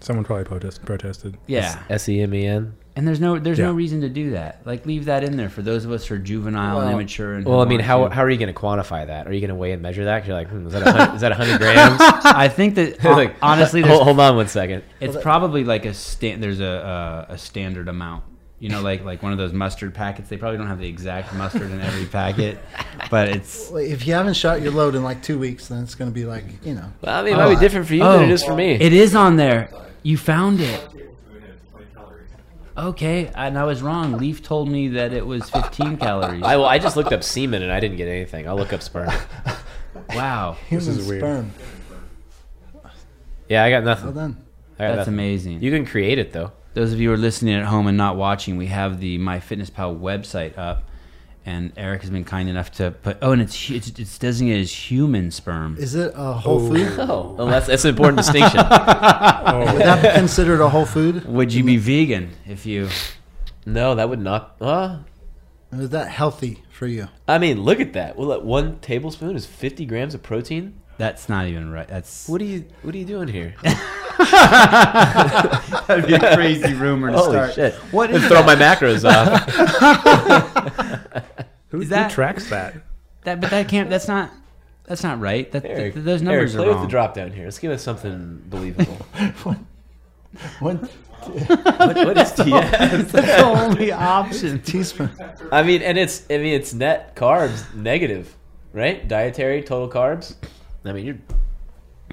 Someone probably protest, protested.
Yeah,
S E M E N.
and there's no there's no
Yeah.
reason to do that. Like leave that in there for those of us who are juvenile and
Well-
immature. And who
Well, I mean,
want
how,
to.
how are you going to quantify that? Are you going to weigh and measure that? 'Cause You're like, hmm, is that a hun- is that a hundred grams?
I think that
like,
honestly,
hold,
there's
hold on one second.
It's probably like a stand. There's a, a a standard amount. You know, like like one of those mustard packets. They probably don't have the exact mustard in every packet, but it's
Well, If you haven't shot your load in like two weeks, then it's going to be like you know.
Well, I mean, it
Oh,
might
I-
be different for you
oh.
than it is for me.
it is on there. You found it.
tablespoon and twenty calories.
Okay, and I was wrong. Leaf told me that it was 15 calories.
I, well, I just looked up semen and I didn't get anything. I'll look up sperm.
Wow,
Human
is weird.
sperm.
Yeah, I got
Well
nothing.
done.
I got
that's
nothing.
amazing.
You can create it though.
Those of you who are listening at home and not watching, we have the MyFitnessPal website up, and Eric has been kind enough to put. Oh, and it's hu- it's, it's designated as human sperm.
Is it a whole food?
Oh, unless that's an important distinction.
Oh,
Would that be considered a whole food?
Would you be vegan if you?
No, that would not. Uh,
And Is that healthy for you?
I mean, look at that. Well, that one tablespoon is 50 grams of protein.
That's not even right. That's
What are you What are you doing here?
That'd be a crazy rumor to
Holy
start.
shit!
What is
throw
that?
my macros off.
Who,
Is
who
that-
tracks that?
that? But that can't. That's not. That's not right. That th-
Eric,
th- those
Eric,
numbers
play
are
with
wrong.
the drop down here. Let's give us something believable.
One
what, what is TS?
That's the only option.
teaspoon.
I mean, and it's I mean it's net carbs negative, right? Dietary total carbs. I mean, you're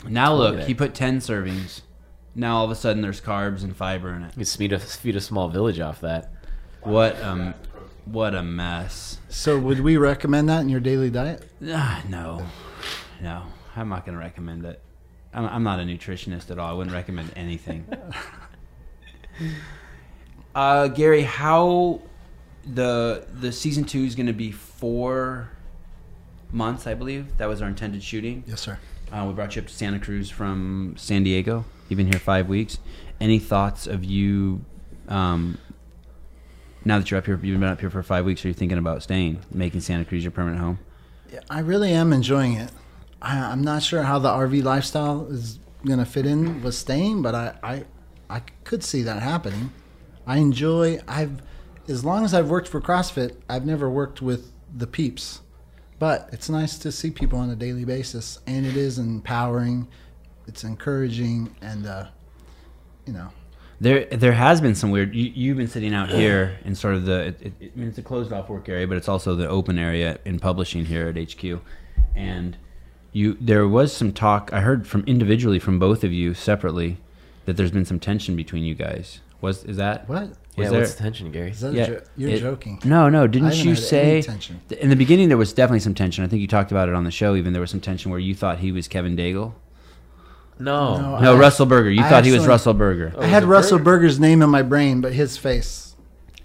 Now
at
look,
it.
he put ten servings. Now all of a sudden there's carbs and fiber in it.
you could feed a feed a small village off that.
What um, what a mess.
So would we recommend that in your daily diet?
Ah, no, no, I'm not gonna recommend it. I'm, I'm not a nutritionist at all. I wouldn't recommend anything. uh, Gary, how the the season two is gonna be four months, I believe. That was our intended shooting.
Yes, sir.
Uh, we brought you up to Santa Cruz from San Diego. You've been here five weeks. Any thoughts of you? Um, now that you're up here, you've been up here for five weeks. Are you thinking about staying, making Santa Cruz your permanent home?
Yeah, I really am enjoying it. I, I'm not sure how the RV lifestyle is going to fit in with staying, but I, I, I could see that happening. I enjoy. I've, as long as I've worked for CrossFit, I've never worked with the peeps, but it's nice to see people on a daily basis, and it is empowering. It's encouraging, and uh, you know,
There, there has been some weird. You, you've been sitting out here in sort of the. It, it, I mean, it's a closed off work area, but it's also the open area in publishing here at HQ. And you, there was some talk I heard from individually from both of you separately that there's been some tension between you guys. Was is that
what
Was
yeah,
there,
what's the tension, Gary?
is that?
Yeah,
a jo- you're
it-
joking.
No, no. Didn't
haven't
you
had any
say
tension.
th- in the beginning there was definitely some tension? I think you talked about it on the show. Even there was some tension where you thought he was Kevin Daigle.
No.
No,
No,
I-
Russell Berger. You
Oh, I
thought he was
actually-
Russell Berger.
I had
a
Russell
burger.
Berger's name in my brain, but his face.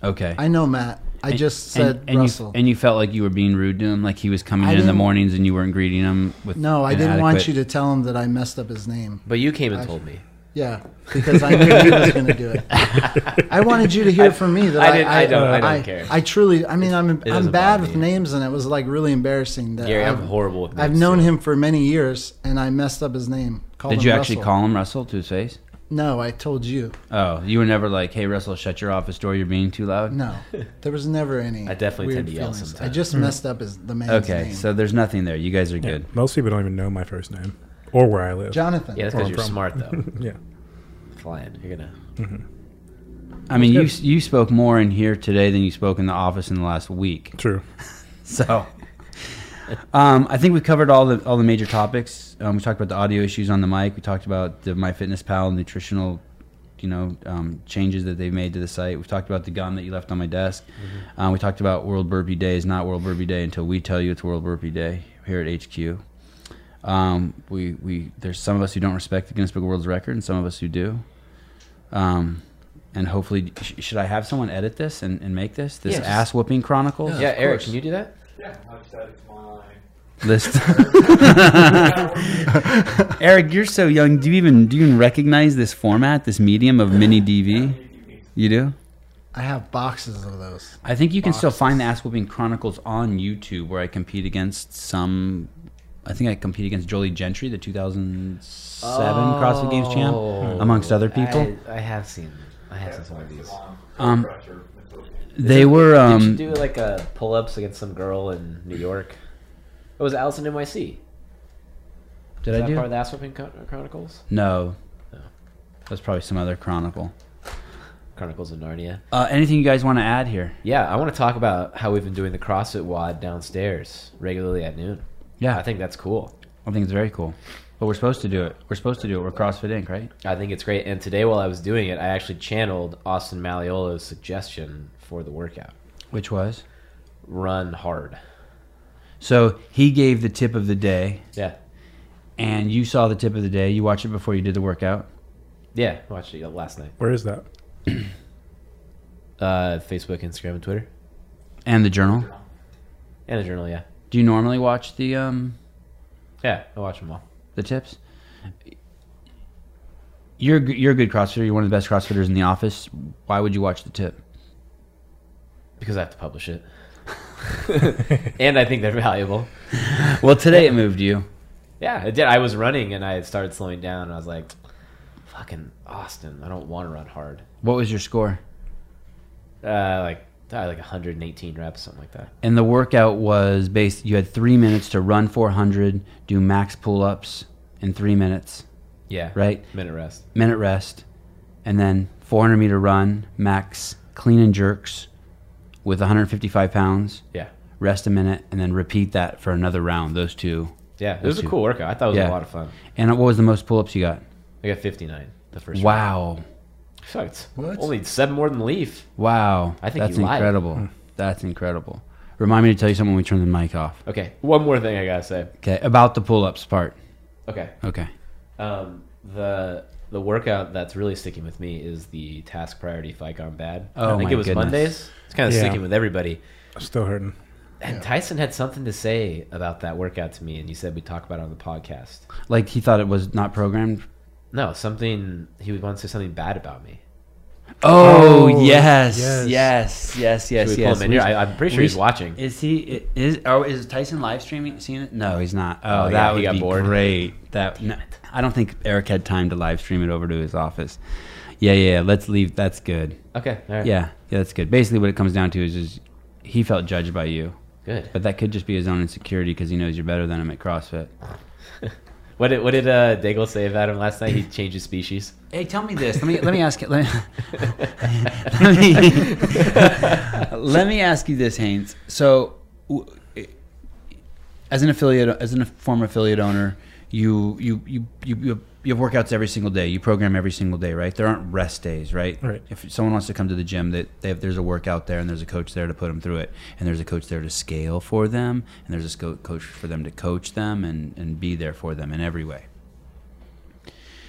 Okay.
Oh. I know Matt. I
And-
just
and-
said
and you-
Russell.
and you felt like you were being rude to him, like he was coming
I
in in the
didn't-
mornings and you weren't greeting him with.
No, I didn't want you
inadequate-
to tell him that I messed up his name.
But you came and told me.
Yeah, because I knew he was going to do it. I wanted you to hear from me that
I
I,
didn't- I don't- I don't care.
I truly, I mean, I'm I'm
doesn't
bad
bother
with
me.
names, and it was like really embarrassing that
Gary, I'm
I've-
horrible with
I've
names,
known
too.
him for many years, and I messed up his name. Called
Did
him
you actually
Russell.
call him Russell to his face?
No, I told you.
Oh, you were never like, "Hey, Russell, shut your office door. You're being too loud."
No, there was never any.
I definitely tend
weird
to yell
feelings. I
sometimes. Hmm.
just messed up his the man's
Okay,
name.
so there's nothing there. You guys are good.
Most people don't even know my first name or where I live.
Jonathan.
Yeah, that's
Where
because
I'm
you're
from.
smart though.
Yeah.
Flying, you're gonna.
I mean, you
good.
you spoke more in here today than you spoke in the office in the last week.
True.
So, um, I think we covered all the all the major topics. Um, we talked about the audio issues on the mic. We talked about the MyFitnessPal nutritional, you know, um, changes that they've made to the site. We've talked about the gun that you left on my desk. Um, we talked about World Burpee Day is not World Burpee Day until we tell you it's World Burpee Day here at HQ. Um, we we there's some of us who don't respect the Guinness Book of World's Record, and some of us who do. Um, and hopefully, sh- should I have someone edit this and, and make this this
Yeah, just-
ass whooping chronicles?
yeah, Eric, can you do that?
Yeah, I'll just add it to my
list. Eric, you're so young. Do you even do you even recognize this format, this medium of mini DV? You do?
I have boxes of those.
I think you can still find the Ass Whooping Chronicles on YouTube, where I compete against some I think I competed against Jolie Gentry, the 2007 CrossFit Games
Oh,
champ, amongst other people.
I, I have seen. I have seen some of these.
Um,
Pressure.
they were
Did
um,
you do like a pull ups against some girl in New York? It was Allison NYC.
Did
Is
I
that
do?
part of the Ass Whipping Chron- Chronicles?
No.
No.
That's probably some other chronicle.
Chronicles of Narnia.
Uh, anything you guys want to add here?
Yeah, I want to talk about how we've been doing the CrossFit WOD downstairs regularly at noon.
Yeah,
I think that's cool.
I think it's very cool. But we're supposed to do it. We're supposed to do it. We're CrossFit Inc., right?
I think it's great. And today, while I was doing it, I actually channeled Austin Maliola's suggestion for the workout
Which was?
run hard.
So he gave the tip of the day,
Yeah.
and you saw the tip of the day. You watched it before you did the workout.
Yeah, I watched it last night.
Where is that?
Uh, Facebook, Instagram, and Twitter.
And the journal.
And a journal, yeah.
Do you normally watch the um,
Yeah, I watch them all.
the tips? You're a g- you're a good CrossFitter. You're one of the best CrossFitters in the office. Why would you watch the tip?
because I have to publish it. and I think they're valuable.
Well, today it moved you.
Yeah, it did. I was running and I had started slowing down and I was like, fucking Austin, I don't want to run hard.
What was your score?
Uh, like, I had like 118 reps, something like that.
And the workout was based. You had three minutes to run 400, do max pull-ups in three minutes,
Yeah.
right?
Minute rest.
Minute rest, and then 400 meter run, max clean and jerks, with 155 pounds.
Yeah.
Rest a minute, and then repeat that for another round. Those two.
Yeah. It was a
That's
cool workout. I thought it was
Yeah.
a lot of fun.
And what was the most pull-ups you got?
I got 59 the first round.
Wow,
Fuck, it's
What?
Only seven more than Leaf.
wow.
I think
that's
you lied. Hmm.
incredible. That's incredible. Remind me to tell you something when we turn the mic off.
Okay. One more thing I got to say.
Okay, about the pull-ups part.
Okay.
Okay.
Um, the the workout that's really sticking with me is the task priority fight gone bad.
Oh,
I think
my
it was
goodness.
Mondays. It's kind of
Yeah.
sticking with everybody.
I'm still hurting.
And Tyson had something to say about that workout to me, and you said we talk about it on the podcast.
Like he thought it was not programmed
No, something he would want to say something bad about me.
Oh,
Oh,
yes,
yes.
yes, yes, yes,
Should we pull
yes.
him in here? I, I'm pretty sure
we
he's
sh-
watching.
Is he is oh is Tyson live streaming? Seeing it? No, he's not. Oh,
Oh,
that
yeah, he
would
got
be
bored.
great. That no, I don't think Eric had time to live stream it over to his office. Yeah, yeah. yeah, Let's leave. That's good.
Okay, all right.
Yeah, yeah. That's good. Basically, what it comes down to is, is he felt judged by you,
good.
but that could just be his own insecurity because he knows you're better than him at CrossFit.
What did what did uh, Daigle say about him last night? He changed his species.
Hey, tell me this. Let me let me ask you. Let me, let me, let me ask you this, Haynes. So, w- eh, as an affiliate, as a former affiliate owner, you you you you. you you have workouts every single day. You program every single day, right? There aren't rest days, right?
Right.
If someone wants to come to the gym, that they have, there's a workout there, and there's a coach there to put them through it, and there's a coach there to scale for them, and there's a sco- coach for them to coach them and and be there for them in every way.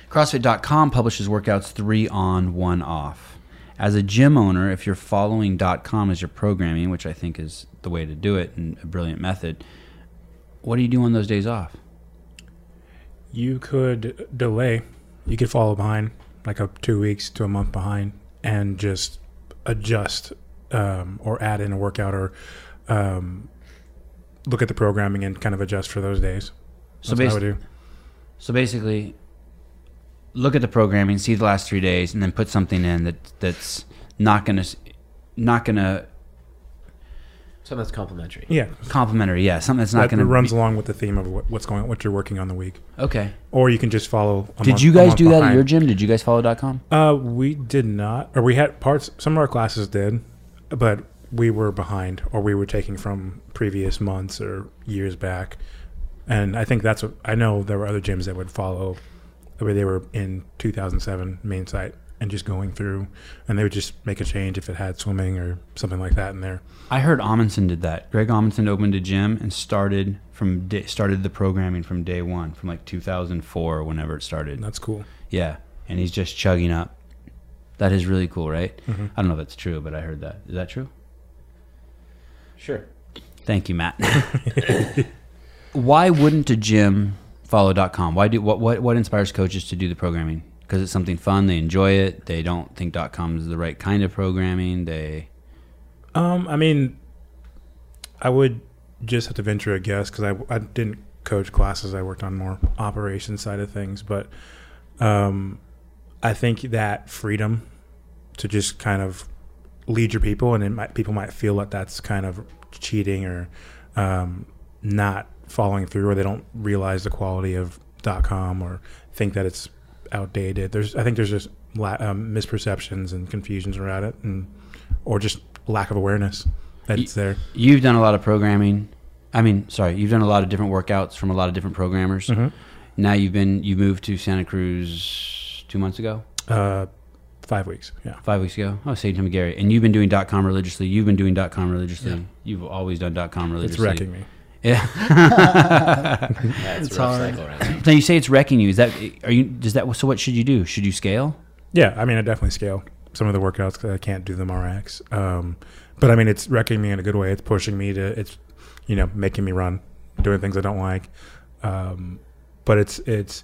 CrossFit.com publishes workouts three on, one off. As a gym owner, if you're following .com as your programming, which I think is the way to do it and a brilliant method, what do you do on those days off?
You could delay. You could follow behind, like a two weeks to a month behind, and just adjust um, or add in a workout or um, look at the programming and kind of adjust for those days.
So
That's what I
basically,
would do.
so basically, look at the programming, see the last three days, and then put something in that that's not gonna s- not gonna
Something that's complimentary.
Yeah,
complimentary. Yeah, something that's not
that
gonna
runs
be-
along with the theme of what, what's going, what you're working on the week,
okay.
or you can just follow. A
Did
month-
you
a
guys
month
do that at
behind.
your gym? Did you guys follow .com?
Uh, we did not, or we had parts. Some of our classes did, but we were behind, or we were taking from previous months or years back. And I think that's what I know. There were other gyms that would follow where they were in 2007 main site and just going through, and they would just make a change if it had swimming or something like that in there.
I heard Amundsen did that. Greg Amundsen opened a gym and started from day, started the programming from day one, from like 2004 or whenever it
And
started.
that's cool.
Yeah, and he's just chugging up. That is really cool, right? I don't know if that's true, but I heard that. Is that true?
Sure.
Thank you, Matt. Why wouldn't a gym follow .com? Why do what what what inspires coaches to do the programming? Because it's something fun. They enjoy it. They don't think .com is the right kind of programming. They
Um, I mean, I would just have to venture a guess because I, I didn't coach classes. I worked on more operation side of things, but um, I think that freedom to just kind of lead your people, and it might, people might feel that that's kind of cheating or um, not following through, or they don't realize the quality of .com or think that it's outdated. There's, I think, there's just la- um, misperceptions and confusions around it, and or just lack of awareness that
Ye-
it's there.
You've done a lot of programming. I mean, sorry, you've done a lot of different workouts from a lot of different programmers.
Mhm.
Now you've been you moved to Santa Cruz two months ago,
Uh, five weeks, yeah.
five weeks ago. Oh, Sage and Gary, and you've been doing .com religiously. You've been doing .com religiously. You've always done .com religiously.
It's wrecking me.
Yeah.
Yeah, it's,
It's
a rough
hard.
cycle right now.
now you say it's wrecking you. Is that are you? Does that so? What should you do? Should you scale?
Yeah, I mean, I definitely scale some of the workouts 'cause I can't do them RX. Um, but I mean, it's wrecking me in a good way. It's pushing me to, it's, you know, making me run, doing things I don't like. Um, but it's, it's,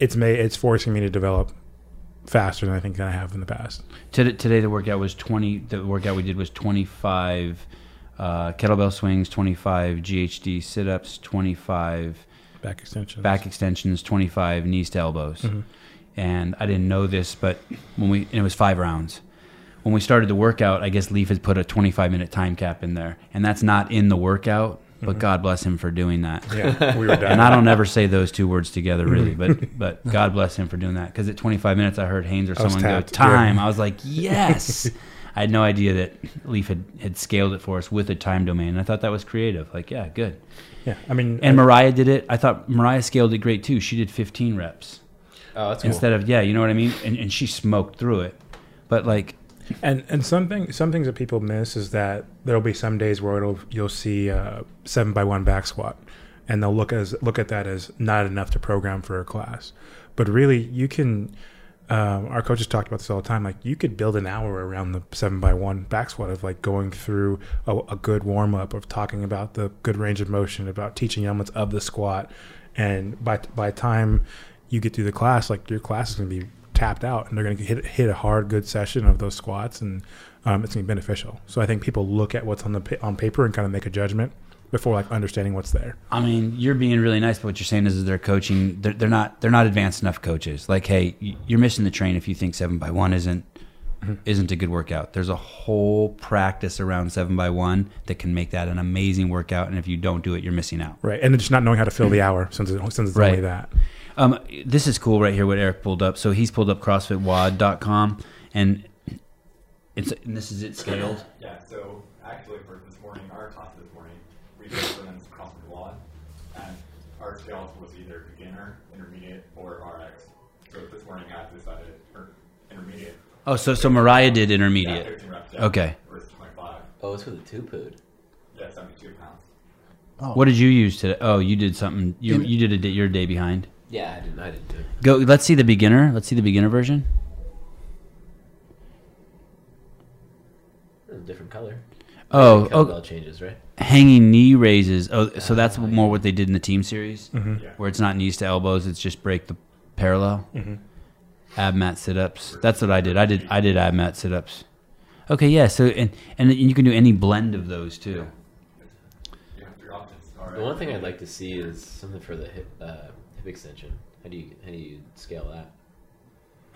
it's made, it's forcing me to develop faster than I think that I have in the past.
Today, today the workout was twenty. The workout we did was twenty five uh, kettlebell swings, twenty five GHD sit ups, twenty five
Back extension.
back extensions, 25 knees to elbows.
Mm-hmm.
And I didn't know this, but when we, and it was five rounds. When we started the workout, I guess Leaf had put a 25 minute time cap in there. And that's not in the workout, but
Mm-hmm.
God bless him for doing that.
Yeah, we were done.
And I don't ever say those two words together, really, but but God bless him for doing that. Because at 25 minutes, I heard Haynes or
I was
someone go
tapped, yeah.
time. I was like, yes. I had no idea that Leaf had, had scaled it for us with a time domain. I thought that was creative. Like, yeah, good.
yeah, I mean,
And Mariah did it. I thought Mariah scaled it great too. She did 15 reps
Oh, that's cool.
instead of yeah, you know what I mean. And, and she smoked through it. But like,
And and something some things that people miss is that there'll be some days where it'll you'll see uh, seven by one back squat, and they'll look as look at that as not enough to program for a class, but really you can. Um, our coaches talked about this all the time. Like you could build an hour around the seven by one back squat of like going through a, a good warm up of talking about the good range of motion, about teaching elements of the squat, and by by time you get through the class, like your class is going to be tapped out, and they're going to hit hit a hard, good session of those squats, and um, it's going to be beneficial. So I think people look at what's on the pa- on paper and kind of make a judgment before like understanding what's there.
I mean, you're being really nice, but what you're saying is, is they're coaching. They're, they're not. They're not advanced enough coaches. Like, hey, y- you're missing the train if you think seven by one isn't isn't a good workout. There's a whole practice around seven by one that can make that an amazing workout. And if you don't do it, you're missing out.
Right, and just not knowing how to fill the hour since it, since it's only
Mm-hmm. Right.
that.
Um, this is cool right here. What Eric pulled up. So he's pulled up CrossFitWad.com, and it's and this is it scaled.
Yeah, so actually for this morning, our class this morning, we did something across the wad, and our scales was either beginner, intermediate, or RX. So this morning I decided or intermediate.
Oh, so so Mariah did
Yeah,
intermediate.
15 reps.
Okay.
Versus 25.
oh, it's with a two pood.
Yeah, 72 pounds.
Oh,
What did you use today? Oh, you did something. You
In-
you did a day, your day behind.
Yeah, I didn't. I didn't do it.
Go. Let's see the beginner. Let's see the beginner version.
It was a different color.
Oh,
Kettlebell
oh,
changes, right?
uh,
hanging knee raises. Oh, so that's more what they did in the team series,
Mm-hmm. Yeah.
where it's not knees to elbows. It's just break the parallel.
Mm-hmm.
Ab mat sit ups. That's what I did. I did I did ab mat sit ups. Okay, yeah. So and and you can do any blend of those too.
You have three options. RX.
The one thing I'd like to see is something for the hip, uh, hip extension. How do you how do you scale that?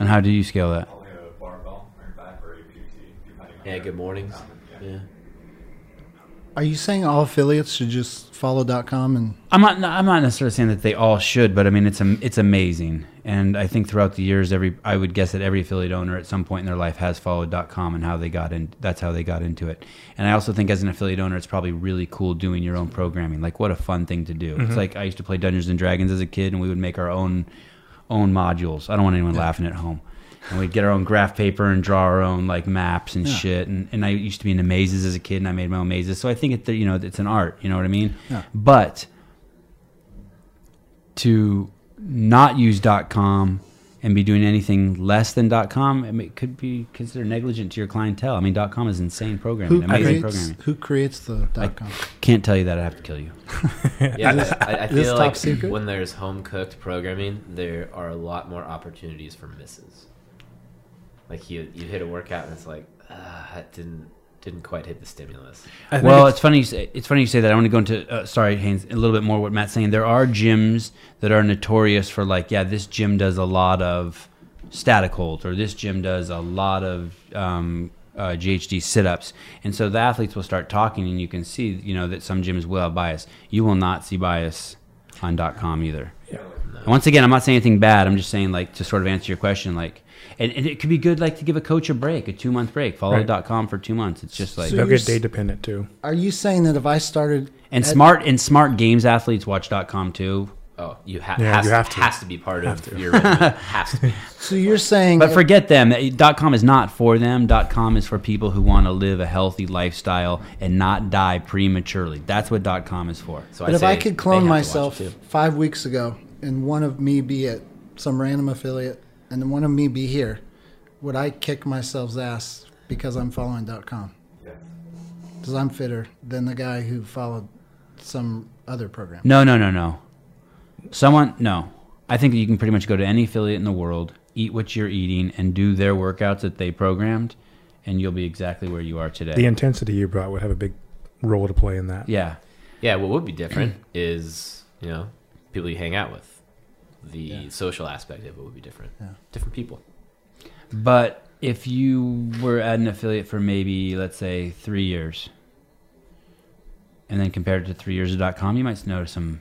And how do you scale that?
Probably a barbell, or your back, or a PT, depending on
Yeah,
your-
good mornings.
Um, yeah.
Yeah.
Are you saying all affiliates should just follow .com and
I'm not. no, I'm not necessarily saying that they all should, but I mean, it's am- it's amazing, and I think throughout the years, every I would guess that every affiliate owner at some point in their life has followed .com and how they got in. That's how they got into it. And I also think as an affiliate owner, it's probably really cool doing your own programming. Like, what a fun thing to do! It's like I used to play Dungeons and Dragons as a kid, and we would make our own own modules. I don't want anyone laughing at home. And we'd get our own graph paper and draw our own like maps and shit. And, and I used to be into mazes as a kid, and I made my own mazes. So I think it, you know it's an art. You know what I mean?
Yeah.
But to not use .com and be doing anything less than .com, I mean, it could be considered negligent to your clientele. I mean, .com is insane programming,
who
amazing
creates
programming.
who creates the .com?
Can't tell you that. I have to kill you.
Yeah, I, I
this
feel
top
like
secret?
when there's home cooked programming, there are a lot more opportunities for misses. Like you, you hit a workout and it's like, ah, that didn't didn't quite hit the stimulus.
I think
well,
it's-
it's, funny. You say, it's funny you say that. I want to go into uh, sorry, Haynes, a little bit more what Matt's saying. There are gyms that are notorious for like, yeah, this gym does a lot of static holds, or this gym does a lot of um, uh, GHD sit-ups, and so the athletes will start talking, and you can see, you know, that some gyms will have bias. You will not see bias on .com either. And Once again, I'm not saying anything bad. I'm just saying, like, to sort of answer your question, like, and, and it could be good, like, to give a coach a break, a two month break. Follow
Right.
dot .com for two months. It's just like,
So
they'll
you're
get
s-
day dependent too.
Are you saying that if I started
and
at-
smart and smart games athletes watch .com too.
Oh, you, ha-
Yeah,
has,
you
to,
have to.
has to be part of your regimen. has to be.
So you're saying,
But forget them. .com is not for them. .com is for people who want to live a healthy lifestyle and not die prematurely. That's what .com is for.
So
but if
say
I could
they
clone
have to watch
myself
it too.
five weeks ago, and one of me be at some random affiliate, and then one of me be here, would I kick myself's ass because I'm following .com?
Yes.
Because I'm fitter than the guy who followed some other program.
No, no, no, no. Someone, no. I think you can pretty much go to any affiliate in the world, eat what you're eating, and do their workouts that they programmed, and you'll be exactly where you are today.
The intensity you brought would have a big role to play in that.
yeah.
Yeah, what would be different is, you know, people you hang out with. The social aspect of it would be different. Different people.
But if you were at an affiliate for maybe, let's say, three years, and then compared to three years of dot com, you might notice some,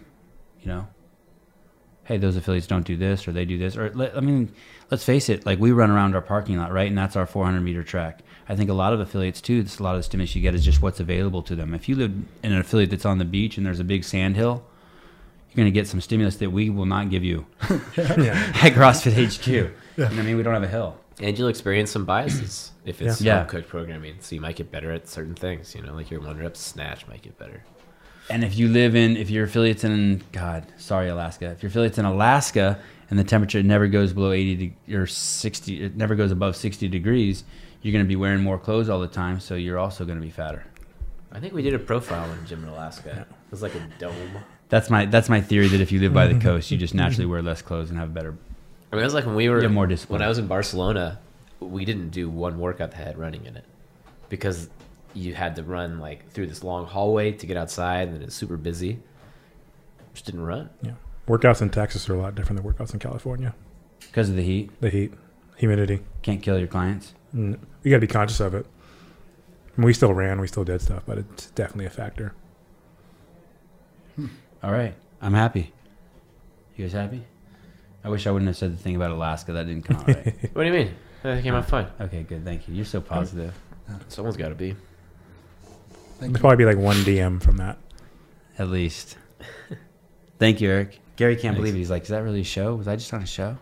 you know, hey, those affiliates don't do this or they do this. Or, let, I mean, let's face it, like we run around our parking lot, right? And that's our 400 meter track. I think a lot of affiliates, too, this, a lot of the stimulus you get is just what's available to them. If you live in an affiliate that's on the beach and there's a big sand hill, you're going to get some stimulus that we will not give you at CrossFit HQ. You know what I mean, we don't have a hill.
And you'll experience some biases if it's
Yeah. Yeah.
home cooked programming. So you might get better at certain things, you know, like your one rep snatch might get better.
And if you live in, if your affiliate's in, God, sorry, Alaska. If your affiliate's in Alaska and the temperature never goes below 80 de- or 60, it never goes above 60 degrees, you're going to be wearing more clothes all the time. So you're also going to be fatter.
I think we did a profile on Jim in Alaska. It was like a dome.
That's my, that's my theory that if you live by the coast, you just naturally wear less clothes and have better.
I mean, it was like when we were
Yeah, more discipline.
when I was in Barcelona, we didn't do one workout that had running in it because you had to run like through this long hallway to get outside, and then it's super busy. Just didn't run.
Yeah. Workouts in Texas are a lot different than workouts in California.
Because of the heat,
The heat, humidity.
can't kill your clients.
Mm, You got to be conscious of it. And we still ran, we still did stuff, but it's definitely a factor.
All right. I'm happy. You guys happy? I wish I wouldn't have said the thing about Alaska. That didn't come out right.
What do you mean? That came out fine.
okay, good. Thank you. You're so positive.
Someone's got to be.
Thank
There'd
you.
probably be like one DM from that.
At least. Thank you, Eric. Gary can't
Thanks.
believe it. He's like, is that really a show? Was I just on a show?